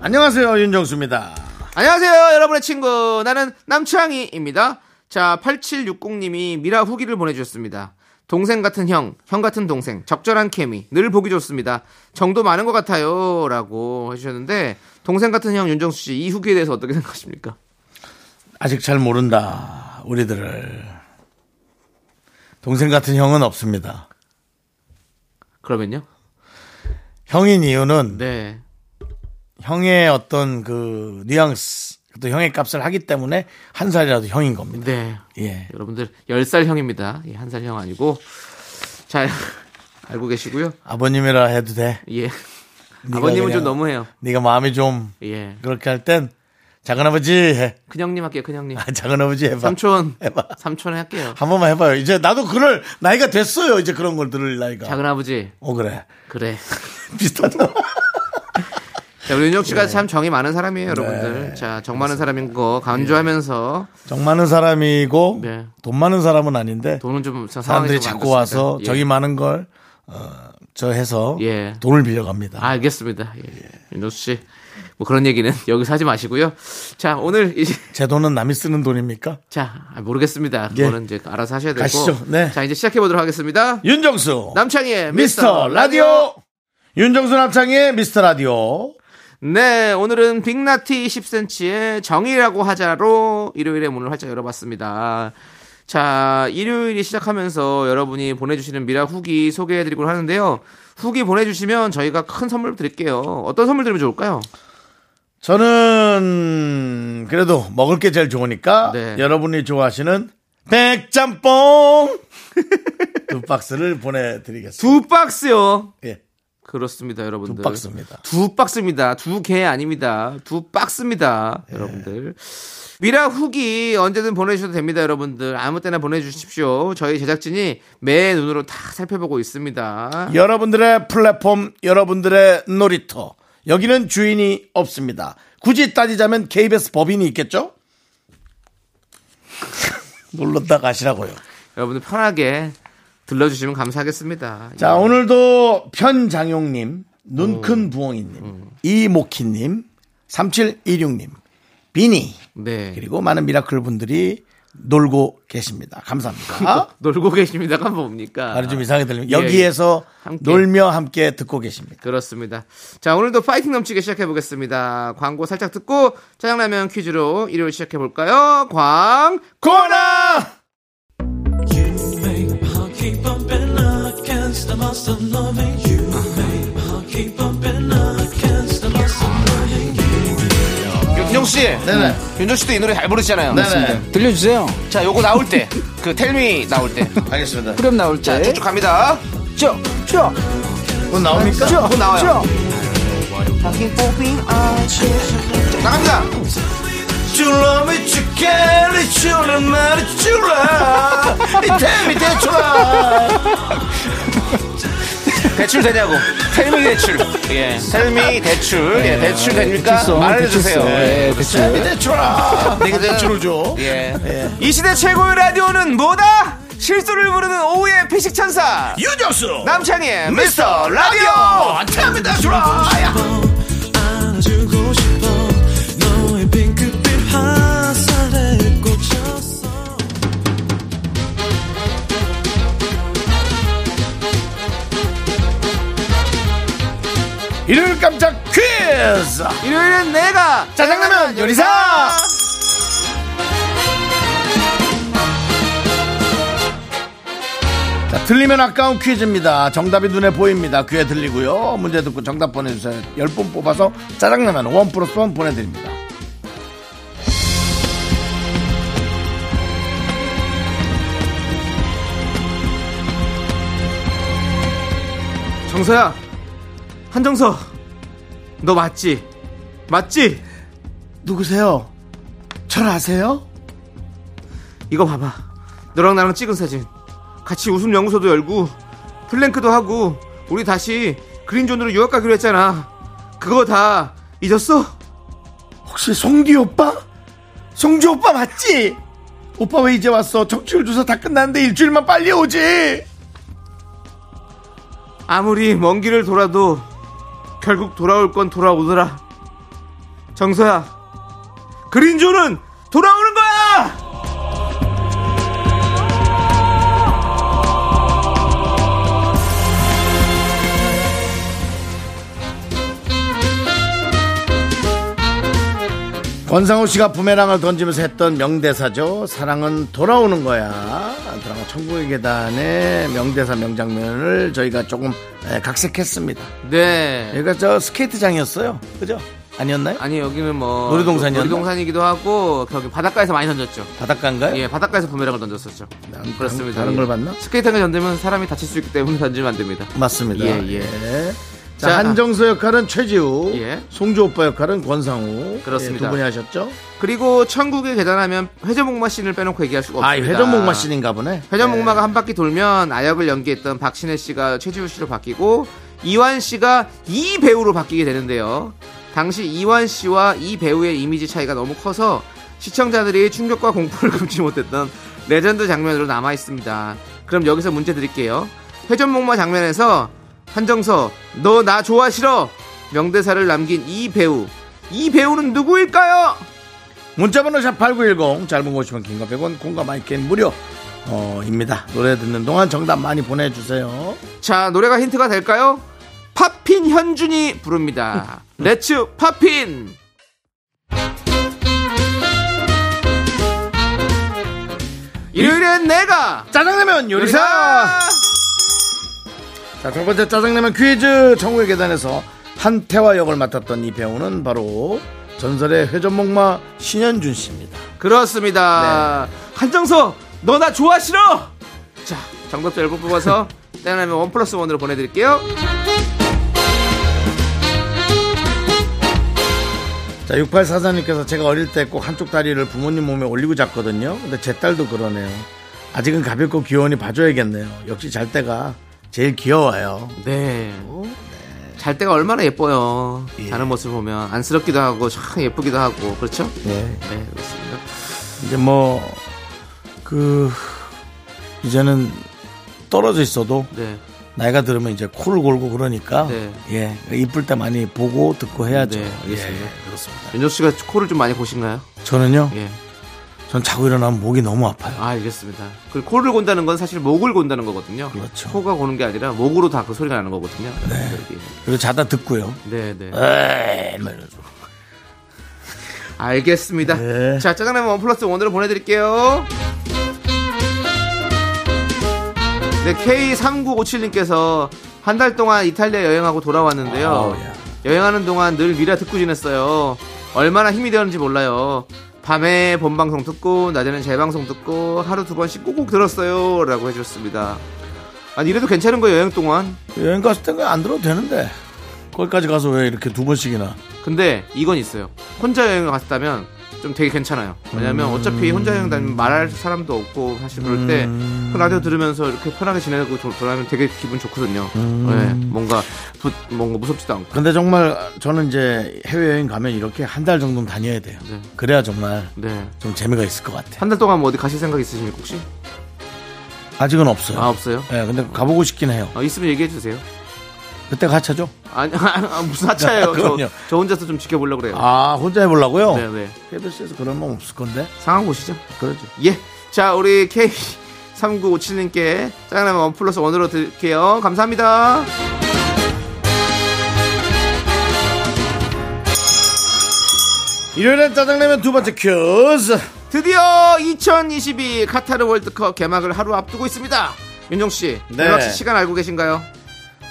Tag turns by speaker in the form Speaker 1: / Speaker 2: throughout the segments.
Speaker 1: 안녕하세요 윤정수입니다.
Speaker 2: 안녕하세요, 여러분의 친구. 나는 남창희입니다. 자, 8760님이 미라 후기를 보내주셨습니다. 동생 같은 형, 형 같은 동생, 적절한 케미, 늘 보기 좋습니다. 정도 많은 것 같아요. 라고 해주셨는데, 동생 같은 형 윤정수 씨, 이 후기에 대해서 어떻게 생각하십니까?
Speaker 1: 아직 잘 모른다 우리들을 동생 같은 형은 없습니다.
Speaker 2: 그러면요?
Speaker 1: 형인 이유는
Speaker 2: 네.
Speaker 1: 형의 어떤 그 뉘앙스 또 형의 값을 하기 때문에 한 살이라도 형인 겁니다.
Speaker 2: 네.
Speaker 1: 예.
Speaker 2: 여러분들, 10살 형입니다. 예, 한살 형 아니고. 잘 알고 계시고요.
Speaker 1: 아버님이라 해도 돼.
Speaker 2: 예. 아버님은
Speaker 1: 그냥-
Speaker 2: 좀 너무해요.
Speaker 1: 네가 마음이 좀
Speaker 2: 예.
Speaker 1: 그렇게 할 땐 작은아버지 해.
Speaker 2: 큰형님 할게요, 큰형님.
Speaker 1: 아, 작은아버지 해봐.
Speaker 2: 삼촌.
Speaker 1: 해봐.
Speaker 2: 삼촌 할게요.
Speaker 1: 한 번만 해봐요. 이제 나도 그럴 나이가 됐어요. 이제 그런 걸 들을 나이가.
Speaker 2: 작은아버지.
Speaker 1: 어 그래.
Speaker 2: 그래.
Speaker 1: 비슷하다.
Speaker 2: 자, 우리 윤혁
Speaker 1: 네.
Speaker 2: 씨가 참 정이 많은 사람이에요, 여러분들. 자, 정 많은 사람인 거 강조하면서
Speaker 1: 정 많은 사람이고
Speaker 2: 네.
Speaker 1: 돈 많은 사람은 아닌데
Speaker 2: 돈은 좀 사- 상황이
Speaker 1: 사람들이
Speaker 2: 좀
Speaker 1: 자꾸
Speaker 2: 안 좋습니다.
Speaker 1: 와서
Speaker 2: 예.
Speaker 1: 정이 많은 걸 어, 저 해서
Speaker 2: 예.
Speaker 1: 돈을 빌려갑니다.
Speaker 2: 아, 알겠습니다. 예. 윤혁 씨. 뭐 그런 얘기는 여기서 하지 마시고요. 자, 오늘 이제
Speaker 1: 제 돈은 남이 쓰는 돈입니까?
Speaker 2: 자, 아, 모르겠습니다.
Speaker 1: 예.
Speaker 2: 그거는 이제 알아서 하셔야 되고.
Speaker 1: 가시죠. 네.
Speaker 2: 자, 이제 시작해 보도록 하겠습니다.
Speaker 1: 윤정수
Speaker 2: 남창희의
Speaker 1: 미스터 라디오 윤정수 남창의 미스터 라디오
Speaker 2: 네, 오늘은 빅나티 10cm의 정의라고 하자로 일요일에 문을 활짝 열어봤습니다. 자, 일요일이 시작하면서 여러분이 보내주시는 미라 후기 소개해드리곤 하는데요. 후기 보내주시면 저희가 큰 선물 드릴게요. 어떤 선물 드리면 좋을까요?
Speaker 1: 저는 그래도 먹을 게 제일 좋으니까
Speaker 2: 네.
Speaker 1: 여러분이 좋아하시는 백짬뽕 두 박스를 보내드리겠습니다.
Speaker 2: 두 박스요.
Speaker 1: 예,
Speaker 2: 그렇습니다,
Speaker 1: 두
Speaker 2: 여러분들.
Speaker 1: 박스입니다.
Speaker 2: 두 박스입니다. 두 개 아닙니다. 두 박스입니다. 여러분들. 미라 후기 언제든 보내주셔도 됩니다, 여러분들. 아무 때나 보내주십시오. 저희 제작진이 매 눈으로 다 살펴보고 있습니다.
Speaker 1: 여러분들의 플랫폼, 여러분들의 놀이터. 여기는 주인이 없습니다. 굳이 따지자면 KBS 법인이 있겠죠? 놀렀다 가시라고요.
Speaker 2: 여러분들 편하게 들러주시면 감사하겠습니다.
Speaker 1: 자, 오늘도 편장용님, 눈
Speaker 2: 음.
Speaker 1: 큰 부엉이님, 이모키님, 3726님, 비니,
Speaker 2: 네.
Speaker 1: 그리고 많은 미라클 분들이 놀고 계십니다. 감사합니다.
Speaker 2: 놀고 계십니다가 뭡니까?
Speaker 1: 말이 좀 이상하게 들리면
Speaker 2: 아, 예,
Speaker 1: 여기에서
Speaker 2: 예. 함께.
Speaker 1: 놀며 함께 듣고 계십니다.
Speaker 2: 그렇습니다. 자, 오늘도 파이팅 넘치게 시작해 보겠습니다. 광고 살짝 듣고 짜장라면 퀴즈로 일요일 시작해 볼까요? 광
Speaker 1: 코나!
Speaker 2: 윤정 씨,
Speaker 1: 음. 네네.
Speaker 2: 윤정 씨도 이 노래 잘 부르시잖아요.
Speaker 1: 네네.
Speaker 3: 들려주세요.
Speaker 2: 자, 요거 나올 때, 그 텔미 나올 때,
Speaker 1: 알겠습니다.
Speaker 3: 그럼 나올 때.
Speaker 2: 쭉쭉 갑니다.
Speaker 3: 쭉, 쭉,
Speaker 1: 그건 나옵니까?
Speaker 2: 곧 나와요.
Speaker 3: 쭉.
Speaker 2: 나갑니다.
Speaker 1: You love me, you care, it's you love me, it's you love. It's tell me that you love.
Speaker 2: 대출 되냐고. 텔미 대출. 예. 텔미 대출. 예. 대출 됩니까?
Speaker 3: 아, 대출성,
Speaker 2: 말해주세요.
Speaker 3: 대출성.
Speaker 2: 예.
Speaker 3: 예, 대출.
Speaker 1: Tell me that you love. 내가 네, 대출을 줘.
Speaker 2: 예. 이 시대 최고의 라디오는 뭐다? 실수를 부르는 오후의 피식 천사.
Speaker 1: 유정수
Speaker 2: 남창희의
Speaker 1: 미스터 라디오 Tell me that you love. 일요일 깜짝 퀴즈
Speaker 2: 일요일은 내가
Speaker 1: 짜장라면 요리사 자, 틀리면 아까운 퀴즈입니다. 정답이 눈에 보입니다. 귀에 들리고요. 문제 듣고 정답 보내주세요. 10분 뽑아서 짜장라면 원 플러스 원 보내드립니다.
Speaker 2: 정서야. 한정서. 너 맞지? 맞지?
Speaker 1: 누구세요? 절 아세요?
Speaker 2: 이거 봐봐. 너랑 나랑 찍은 사진. 같이 웃음 연구소도 열고 플랭크도 하고 우리 다시 그린존으로 유학 가기로 했잖아. 그거 다 잊었어?
Speaker 1: 혹시 송디 오빠? 송주 오빠 맞지? 오빠 왜 이제 왔어? 적출 조사 다 끝났는데 일주일만 빨리 오지.
Speaker 2: 아무리 먼 길을 돌아도 결국 돌아올 건 돌아오더라. 정서야, 그린존은 돌아오는 거야!
Speaker 1: 권상우 씨가 부메랑을 던지면서 했던 명대사죠. 사랑은 돌아오는 거야. 드라마 천국의 계단의 명대사 명장면을 저희가 조금 에, 각색했습니다.
Speaker 2: 네.
Speaker 1: 여기가 저 스케이트장이었어요. 그죠? 아니었나요?
Speaker 2: 아니, 여기는 뭐.
Speaker 1: 놀이동산이었나?
Speaker 2: 놀이동산이기도 하고, 거기 바닷가에서 많이 던졌죠.
Speaker 1: 바닷가인가요?
Speaker 2: 예, 바닷가에서 부메랑을 던졌었죠.
Speaker 1: 난
Speaker 2: 그렇습니다.
Speaker 1: 네, 다른
Speaker 2: 예.
Speaker 1: 걸 봤나?
Speaker 2: 스케이트장에 던지면 사람이 다칠 수 있기 때문에 던지면 안 됩니다.
Speaker 1: 맞습니다.
Speaker 2: 예, 예.
Speaker 1: 자,
Speaker 2: 자,
Speaker 1: 한정서 역할은 최지우,
Speaker 2: 예.
Speaker 1: 송주 오빠 역할은 권상우.
Speaker 2: 그렇습니다.
Speaker 1: 예, 두 분이 하셨죠?
Speaker 2: 그리고 천국에 계단하면 회전목마 씬을 빼놓고 얘기할 수가
Speaker 1: 아,
Speaker 2: 없습니다.
Speaker 1: 회전목마 씬인가 보네.
Speaker 2: 회전목마가 한 바퀴 돌면 아역을 연기했던 박신혜 씨가 최지우 씨로 바뀌고 이완 씨가 이 배우로 바뀌게 되는데요. 당시 이완 씨와 이 배우의 이미지 차이가 너무 커서 시청자들이 충격과 공포를 금치 못했던 레전드 장면으로 남아 있습니다. 그럼 여기서 문제 드릴게요. 회전목마 장면에서 한정서 너 나 좋아 싫어 명대사를 남긴 이 배우 이 배우는 누구일까요?
Speaker 1: 문자번호 샵8910 짧은 50원 긴거 100원 공감 마이크는 무료 어, 입니다 노래 듣는 동안 정답 많이 보내주세요
Speaker 2: 자 노래가 힌트가 될까요? 팝핀 현준이 부릅니다. 렛츠 팝핀. 일요일엔 내가
Speaker 1: 짜장라면 요리사
Speaker 2: 요리사.
Speaker 1: 자, 첫 번째 짜장라면 퀴즈 청구의 계단에서 한태화 역을 맡았던 이 배우는 바로 전설의 회전목마 신현준 씨입니다
Speaker 2: 그렇습니다. 한정서 너 나 좋아 싫어. 네. 자 정답자 10분 뽑아서 떼어내면 원 플러스 원으로 보내드릴게요.
Speaker 1: 자 6844님께서 제가 어릴 때 꼭 한쪽 다리를 부모님 몸에 올리고 잤거든요 근데 제 딸도 그러네요 아직은 가볍고 귀여우니 봐줘야겠네요 역시 잘 때가 제일 귀여워요
Speaker 2: 네. 잘 때가 얼마나 예뻐요.
Speaker 1: 예.
Speaker 2: 자는 모습 보면 안쓰럽기도 하고 참 예쁘기도 하고 그렇죠?
Speaker 1: 예.
Speaker 2: 네 그렇습니다.
Speaker 1: 이제 뭐, 그, 이제는 떨어져 있어도
Speaker 2: 네.
Speaker 1: 나이가 들으면 이제 코를 골고 그러니까,
Speaker 2: 네.
Speaker 1: 예, 이쁠 때 많이 보고 듣고 해야죠.
Speaker 2: 네,
Speaker 1: 예,
Speaker 2: 알겠습니다.
Speaker 1: 예, 그렇습니다.
Speaker 2: 윤정 씨가 코를 좀 많이 고신가요?
Speaker 1: 저는요,
Speaker 2: 예.
Speaker 1: 전 자고 일어나면 목이 너무 아파요.
Speaker 2: 아, 알겠습니다. 그 코를 곤다는 건 사실 목을 곤다는 거거든요.
Speaker 1: 그렇죠.
Speaker 2: 코가 고는 게 아니라 목으로 다 그 소리가 나는 거거든요. 네.
Speaker 1: 그리고 자다 듣고요.
Speaker 2: 네, 네.
Speaker 1: 에이, 막 이러죠.
Speaker 2: 알겠습니다.
Speaker 1: 네.
Speaker 2: 자, 짜장라면 원 플러스 원으로 보내드릴게요. 네, K3957님께서 한 달 동안 이탈리아 여행하고 돌아왔는데요.
Speaker 1: 아우, 야.
Speaker 2: 여행하는 동안 늘 미라 듣고 지냈어요. 얼마나 힘이 되었는지 몰라요. 밤에 본방송 듣고, 낮에는 재방송 듣고, 하루 두 번씩 꼭꼭 들었어요. 라고 해주셨습니다. 아니, 이래도 괜찮은 거예요, 여행 동안.
Speaker 1: 여행 갔을 땐 그냥 안 들어도 되는데, 거기까지 가서 왜 이렇게 두 번씩이나.
Speaker 2: 근데 이건 있어요. 혼자 여행을 갔다면 좀 되게 괜찮아요. 왜냐면 어차피 혼자 여행 다니면 말할 사람도 없고 사실 그럴 때
Speaker 1: 음.
Speaker 2: 그 라디오 들으면서 이렇게 편하게 지내고 돌- 돌아가면 되게 기분 좋거든요.
Speaker 1: 음.
Speaker 2: 네, 뭔가 부, 뭔가 무섭지도 않고.
Speaker 1: 근데 정말 저는 이제 해외여행 가면 이렇게 한 달 정도는 다녀야 돼요.
Speaker 2: 네.
Speaker 1: 그래야 정말
Speaker 2: 네.
Speaker 1: 좀 재미가 있을 것 같아요.
Speaker 2: 한 달 동안 뭐 어디 가실 생각 있으십니까 혹시?
Speaker 1: 아직은 없어요.
Speaker 2: 아 없어요.
Speaker 1: 예, 근데 가보고 싶긴 해요.
Speaker 2: 아, 있으면 얘기해 주세요.
Speaker 1: 그때 가차죠?
Speaker 2: 아니 아, 무슨 하차예요. 저,
Speaker 1: 그럼요.
Speaker 2: 저 혼자서 좀 지켜보려고 그래요.
Speaker 1: 아, 혼자 해보려고요?
Speaker 2: 네, 네.
Speaker 1: KBS에서 그런 건 없을 건데.
Speaker 2: 상황 보시죠.
Speaker 1: 그러죠.
Speaker 2: 예. 자, 우리 K3957님께 짜장라면 원 플러스 원으로 드릴게요. 감사합니다.
Speaker 1: 일요일엔 짜장라면 두 번째 큐즈.
Speaker 2: 드디어 2022 카타르 월드컵 개막을 하루 앞두고 있습니다. 윤종 씨,
Speaker 1: 네.
Speaker 2: 개막 시 시간 알고 계신가요?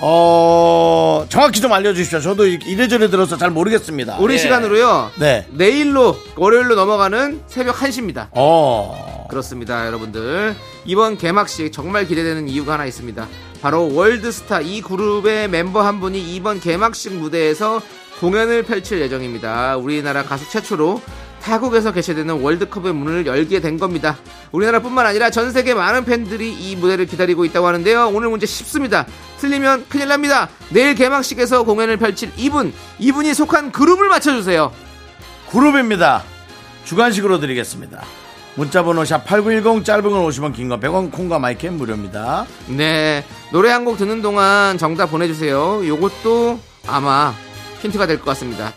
Speaker 1: 어, 정확히 좀 알려주십시오. 저도 이래저래 들어서 잘 모르겠습니다.
Speaker 2: 우리
Speaker 1: 예.
Speaker 2: 시간으로요.
Speaker 1: 네.
Speaker 2: 내일로 월요일로 넘어가는 새벽 1시입니다.
Speaker 1: 어.
Speaker 2: 그렇습니다, 여러분들. 이번 개막식 정말 기대되는 이유가 하나 있습니다. 바로 월드스타 이 그룹의 멤버 한 분이 이번 개막식 무대에서 공연을 펼칠 예정입니다. 우리나라 가수 최초로 타국에서 개최되는 월드컵의 문을 열게 된 겁니다. 우리나라뿐만 아니라 전 세계 많은 팬들이 이 무대를 기다리고 있다고 하는데요. 오늘 문제 쉽습니다. 틀리면 큰일 납니다. 내일 개막식에서 공연을 펼칠 이분, 이분이 속한 그룹을 맞춰주세요.
Speaker 1: 그룹입니다. 주간식으로 드리겠습니다. 문자번호 샵 8910 짧은 건 50원 긴 건 100원 콩과 마이크는 무료입니다.
Speaker 2: 네. 노래 한 곡 듣는 동안 정답 보내주세요. 요것도 아마 힌트가 될 것 같습니다.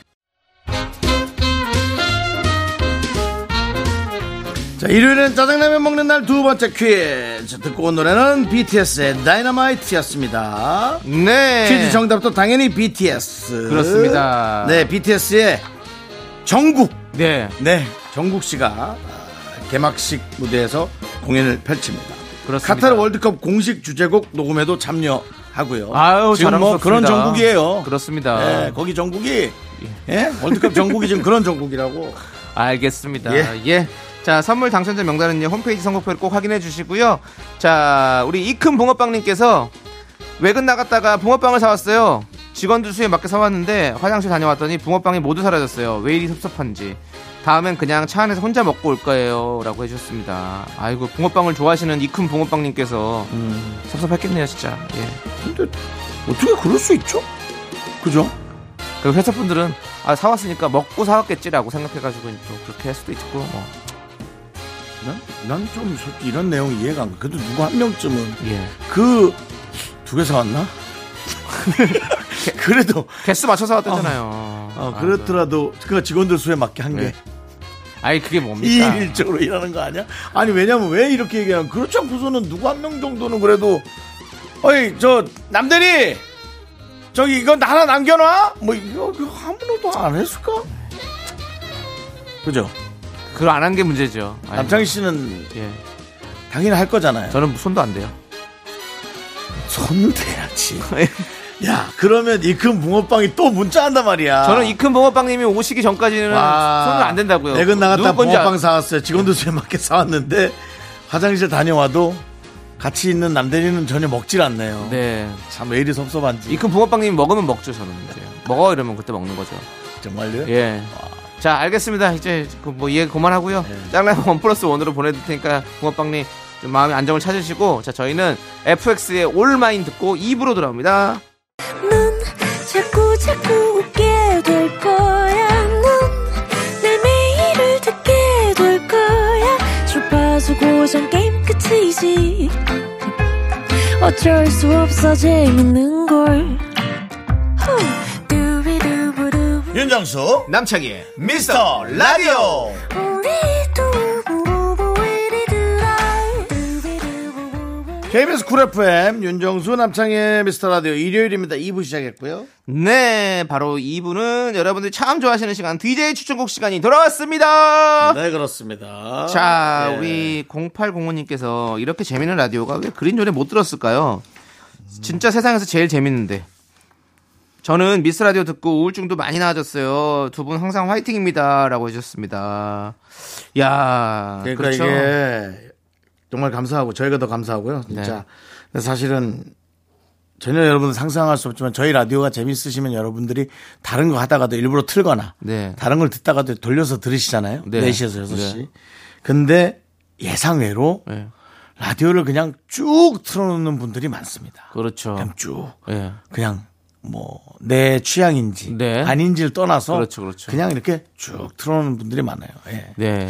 Speaker 1: 자 일요일엔 짜장라면 먹는 날 두 번째 퀴즈 듣고 온 노래는 BTS의 다이너마이트였습니다.
Speaker 2: 네.
Speaker 1: 퀴즈 정답도 당연히 BTS.
Speaker 2: 그렇습니다.
Speaker 1: 네, BTS의 정국.
Speaker 2: 네.
Speaker 1: 네, 정국 씨가 아, 개막식 무대에서 공연을 펼칩니다.
Speaker 2: 그렇습니다.
Speaker 1: 카타르 월드컵 공식 주제곡 녹음에도 참여하고요.
Speaker 2: 아유,
Speaker 1: 지금 뭐
Speaker 2: 자랑스럽습니다.
Speaker 1: 그런 정국이에요.
Speaker 2: 그렇습니다.
Speaker 1: 네, 거기 정국이 예? 월드컵 정국이 지금 그런 정국이라고.
Speaker 2: 알겠습니다.
Speaker 1: 예.
Speaker 2: 예. 자, 선물 당첨자 명단은요, 홈페이지 선곡표를 꼭 확인해 주시고요. 자, 우리 이큰 붕어빵님께서 외근 나갔다가 붕어빵을 사왔어요. 직원들 수에 맞게 사왔는데 화장실 다녀왔더니 붕어빵이 모두 사라졌어요. 왜 이리 섭섭한지. 다음엔 그냥 차 안에서 혼자 먹고 올 거예요. 라고 해주셨습니다. 아이고, 붕어빵을 좋아하시는 이큰 붕어빵님께서 섭섭했겠네요, 진짜. 예.
Speaker 1: 근데 어떻게 그럴 수 있죠? 그죠?
Speaker 2: 그리고 회사분들은 아, 사왔으니까 먹고 사왔겠지라고 생각해가지고 또 그렇게 할 수도 있고, 뭐.
Speaker 1: 난 좀 솔직히 이런 내용 이해가 안 가. 그래도 누구 한 명쯤은
Speaker 2: 예.
Speaker 1: 그 두 개 사왔나? 그래도
Speaker 2: 개수 맞춰서 왔다잖아요.
Speaker 1: 어, 그렇더라도 그 직원들 수에 맞게 한 게
Speaker 2: 네. 그러니까. 아니 그게 뭡니까?
Speaker 1: 이일적으로 일하는 거 아니야? 아니 왜냐면 왜 이렇게 얘기하면 그렇지 않고서는 누구 한 명 정도는 그래도 어이 저 남대리 저기 이거 나 하나 남겨놔 뭐 이거 이거 아무도 안 했을까? 그죠?
Speaker 2: 그걸 안 한 게 문제죠. 아이고.
Speaker 1: 남창희 씨는
Speaker 2: 예.
Speaker 1: 당연히 할 거잖아요.
Speaker 2: 저는 손도 안 돼요.
Speaker 1: 손을 대야지. 야 그러면 이 큰 붕어빵이 또 문자 한단 말이야.
Speaker 2: 예. 저는 이 큰 붕어빵님이 오시기 전까지는
Speaker 1: 아. 와.
Speaker 2: 네. 손을 안 된다고요.
Speaker 1: 아, 내근 나갔다
Speaker 2: 누구 건지
Speaker 1: 붕어빵
Speaker 2: 아-
Speaker 1: 사왔어요. 직원들 수에 맞게 사왔는데 화장실 다녀와도 같이 있는 남대리는 전혀 먹질 않네요.
Speaker 2: 네.
Speaker 1: 참 왜 이리 섭섭한지.
Speaker 2: 이 큰 붕어빵님이 먹으면 먹죠 저는 이제. 먹어 이러면 그때 먹는 거죠.
Speaker 1: 정말요?
Speaker 2: 예. 자 알겠습니다. 이제 그뭐 이해 그만하고요.
Speaker 1: 예.
Speaker 2: 짱라면원 플러스 원으로 보내드릴 테니까 붕어빵님 좀 마음의 안정을 찾으시고 자 저희는 FX의 올마인 듣고 2부로 돌아옵니다.
Speaker 3: 넌 자꾸 자꾸 웃게 될 거야. 넌내 매일을 듣게 될 거야. 주파수 고정 게임 끝이지. 어쩔 수 없어 재밌는 걸. 후. 두비두부두.
Speaker 1: 윤정수
Speaker 2: 남창희의
Speaker 1: 미스터 라디오
Speaker 3: 우리 두부부부이리두라. 두비두부부부.
Speaker 1: KBS 쿨 FM 윤정수 남창의 미스터 라디오 일요일입니다. 2부 시작했고요.
Speaker 2: 네, 바로 이분은 여러분들이 참 좋아하시는 시간 DJ 추천곡 시간이 돌아왔습니다.
Speaker 1: 네 그렇습니다.
Speaker 2: 자,
Speaker 1: 예.
Speaker 2: 우리 0805님께서 이렇게 재밌는 라디오가 왜 그린 노래 못 들었을까요? 진짜 세상에서 제일 재밌는데. 저는 미스 라디오 듣고 우울증도 많이 나아졌어요. 두 분 항상 화이팅입니다라고 해주셨습니다. 야,
Speaker 1: 그러니까
Speaker 2: 그렇죠.
Speaker 1: 이게 정말 감사하고 저희가 더 감사하고요. 진짜
Speaker 2: 네.
Speaker 1: 근데 사실은 전혀 여러분 상상할 수 없지만 저희 라디오가 재밌으시면 여러분들이 다른 거 하다가도 일부러 틀거나
Speaker 2: 네.
Speaker 1: 다른 걸 듣다가도 돌려서 들으시잖아요.
Speaker 2: 네.
Speaker 1: 4시에서 6시.
Speaker 2: 네.
Speaker 1: 근데 예상외로
Speaker 2: 예,
Speaker 1: 라디오를 그냥 쭉 틀어놓는 분들이 많습니다.
Speaker 2: 그렇죠.
Speaker 1: 그냥 쭉
Speaker 2: 예.
Speaker 1: 그냥 뭐 내 취향인지
Speaker 2: 네.
Speaker 1: 아닌지를 떠나서
Speaker 2: 그렇죠, 그렇죠.
Speaker 1: 냥 이렇게 쭉 틀어놓는 분들이 많아요. 예.
Speaker 2: 네.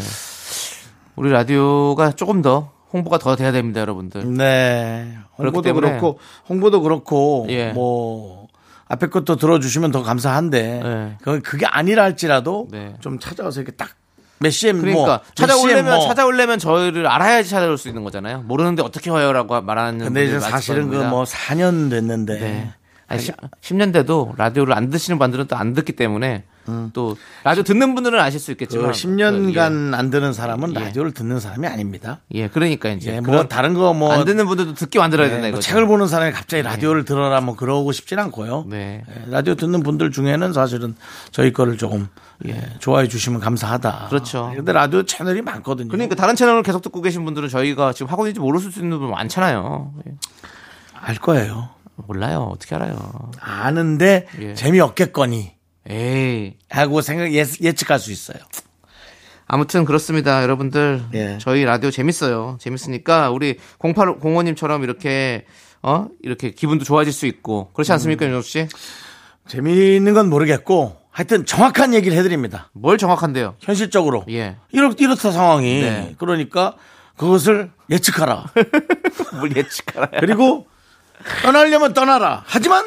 Speaker 2: 우리 라디오가 조금 더 홍보가 더 돼야 됩니다, 여러분들.
Speaker 1: 네.
Speaker 2: 그렇기
Speaker 1: 홍보도
Speaker 2: 때문에-
Speaker 1: 그렇고 홍보도 그렇고
Speaker 2: 예.
Speaker 1: 뭐 앞에 것도 들어주시면 더 감사한데
Speaker 2: 네.
Speaker 1: 그 그게 아니라 할지라도
Speaker 2: 네.
Speaker 1: 좀 찾아와서 이렇게 딱 몇 시에 뭐
Speaker 2: 그러니까
Speaker 1: 몇
Speaker 2: 찾아오려면
Speaker 1: 시에 뭐.
Speaker 2: 찾아오려면 저희를 알아야지 찾아올 수 있는 거잖아요. 모르는데 어떻게 와요라고 말하는
Speaker 1: 근데 이제
Speaker 2: 분들 많을
Speaker 1: 사실은 그
Speaker 2: 겁니다.
Speaker 1: 뭐 4년 됐는데
Speaker 2: 네. 아니, 10, 년대도 라디오를 안 드시는 분들은 또 안 듣기 때문에 또 라디오 듣는 분들은 아실 수
Speaker 1: 음. 그
Speaker 2: 있겠지만
Speaker 1: 10년간 안 듣는 사람은
Speaker 2: 예.
Speaker 1: 라디오를 듣는 사람이 아닙니다.
Speaker 2: 예, 예, 그러니까 이제
Speaker 1: 예, 뭐
Speaker 2: 그런
Speaker 1: 다른 거
Speaker 2: 안
Speaker 1: 뭐 네, 예,
Speaker 2: 듣는 분들도 듣게 만들어야 된다 이거죠. 예.
Speaker 1: 책을 보는 사람이 갑자기 라디오를 들어라 뭐 그러고 싶진 않고요.
Speaker 2: 네.
Speaker 1: 예, 라디오 듣는 분들 중에는 사실은 저희 거를 조금 예, 좋아해 주시면 감사하다.
Speaker 2: 그렇죠.
Speaker 1: 근데 라디오 채널이 많거든요.
Speaker 2: 그러니까 다른 채널을 계속 듣고 계신 분들은 저희가 지금 하고 있는지 모를 수 있는 분 많잖아요. 예.
Speaker 1: 알 거예요.
Speaker 2: 몰라요. 어떻게 알아요.
Speaker 1: 아는데
Speaker 2: 예.
Speaker 1: 재미없겠거니.
Speaker 2: 예. 에이.
Speaker 1: 하고 생각 예, 예측할 수 있어요.
Speaker 2: 아무튼 그렇습니다, 여러분들.
Speaker 1: 예.
Speaker 2: 저희 라디오 재밌어요. 재밌으니까 우리 0805님처럼 이렇게 어 이렇게 기분도 좋아질 수 있고
Speaker 1: 음.
Speaker 2: 그렇지 않습니까, 윤정 씨?
Speaker 1: 재미있는 건 모르겠고 하여튼 정확한 얘기를 해드립니다.
Speaker 2: 뭘 정확한데요?
Speaker 1: 현실적으로
Speaker 2: 예.
Speaker 1: 이렇 이렇다 상황이
Speaker 2: 네.
Speaker 1: 그러니까 그것을 예측하라.
Speaker 2: 뭘 예측하라요?
Speaker 1: 그리고 떠나려면 떠나라. 하지만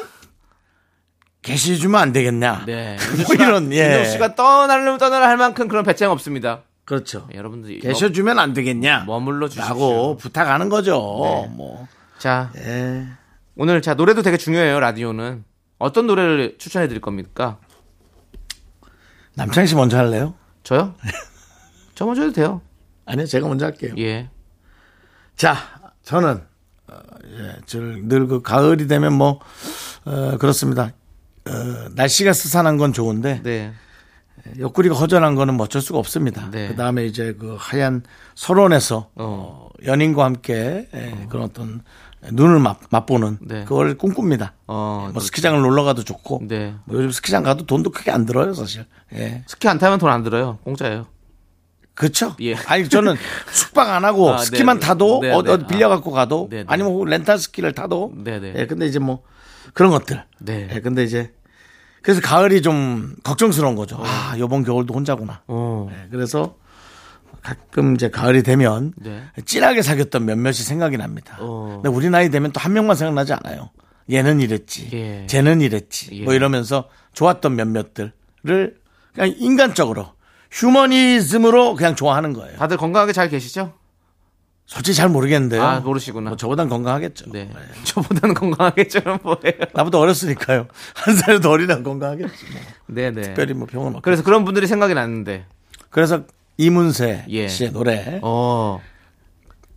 Speaker 1: 계시해 주면 안 되겠냐.
Speaker 2: 네.
Speaker 1: 뭐 이런 예.
Speaker 2: 윤정 씨가 떠나려면 떠나라 할 만큼 그런 배짱 없습니다. 예,
Speaker 1: 그렇죠.
Speaker 2: 여러분들
Speaker 1: 계셔 주면 안 되겠냐.
Speaker 2: 머, 물러 주시고.
Speaker 1: 라고 부탁하는 거죠.
Speaker 2: 네.
Speaker 1: 뭐.
Speaker 2: 자,
Speaker 1: 예.
Speaker 2: 오늘 자 노래도 되게 중요해요. 라디오는 어떤 노래를 추천해 드릴 겁니까?
Speaker 1: 남창희 씨 먼저 할래요?
Speaker 2: 저요? 저 먼저 해도 돼요.
Speaker 1: 아니요, 제가 먼저 할게요.
Speaker 2: 예.
Speaker 1: 자, 저는 어, 예, 늘 그 가을이 되면 뭐 어, 그렇습니다. 어, 날씨가 스산한 건 좋은데
Speaker 2: 네.
Speaker 1: 옆구리가 허전한 거는 뭐 어쩔 수가 없습니다.
Speaker 2: 네.
Speaker 1: 그 다음에 이제 그 하얀 설원에서 어,
Speaker 2: 어.
Speaker 1: 연인과 함께 예, 그런 어떤 눈을 맛, 맛보는
Speaker 2: 네.
Speaker 1: 그걸 꿈꿉니다.
Speaker 2: 어,
Speaker 1: 뭐 스키장을 놀러 가도 좋고
Speaker 2: 네.
Speaker 1: 뭐 요즘 스키장 가도 돈도 크게 안 들어요 사실. 예.
Speaker 2: 스키 안 타면 돈 안 들어요. 공짜예요.
Speaker 1: 그렇죠.
Speaker 2: 예.
Speaker 1: 아니 저는 숙박 안 하고
Speaker 2: 아,
Speaker 1: 스키만
Speaker 2: 네.
Speaker 1: 타도
Speaker 2: 네,
Speaker 1: 어,
Speaker 2: 네.
Speaker 1: 어 빌려 갖고 가도
Speaker 2: 네, 네.
Speaker 1: 아니면 혹은 렌탈 스키를 타도
Speaker 2: 네, 네.
Speaker 1: 예, 근데 이제 뭐 그런 것들.
Speaker 2: 네.
Speaker 1: 예, 근데 이제 그래서 가을이 좀 걱정스러운 거죠. 아, 요번 겨울도 혼자구나.
Speaker 2: 어.
Speaker 1: 예, 그래서 가끔 이제 가을이 되면
Speaker 2: 네.
Speaker 1: 찐하게 사귀었던 몇몇이 생각이 납니다.
Speaker 2: 어.
Speaker 1: 근데 우리 나이 되면 또 한 명만 생각나지 않아요. 얘는 이랬지.
Speaker 2: 예.
Speaker 1: 쟤는 이랬지.
Speaker 2: 예.
Speaker 1: 뭐 이러면서 좋았던 몇몇들을 그냥 인간적으로 휴머니즘으로 그냥 좋아하는 거예요.
Speaker 2: 다들 건강하게 잘 계시죠?
Speaker 1: 솔직히 잘 모르겠는데요.
Speaker 2: 아, 모르시구나.
Speaker 1: 뭐 저보단 건강하겠죠.
Speaker 2: 네. 저보다는 건강하게처럼 보여요.
Speaker 1: 나보다 어렸으니까요. 한 살도 어리나 건강하겠지. 뭐.
Speaker 2: 네네.
Speaker 1: 특별히 뭐 병원 없
Speaker 2: 그래서 그런 분들이 생각이 났는데.
Speaker 1: 그래서 이문세
Speaker 2: 예.
Speaker 1: 씨의 노래
Speaker 2: 어.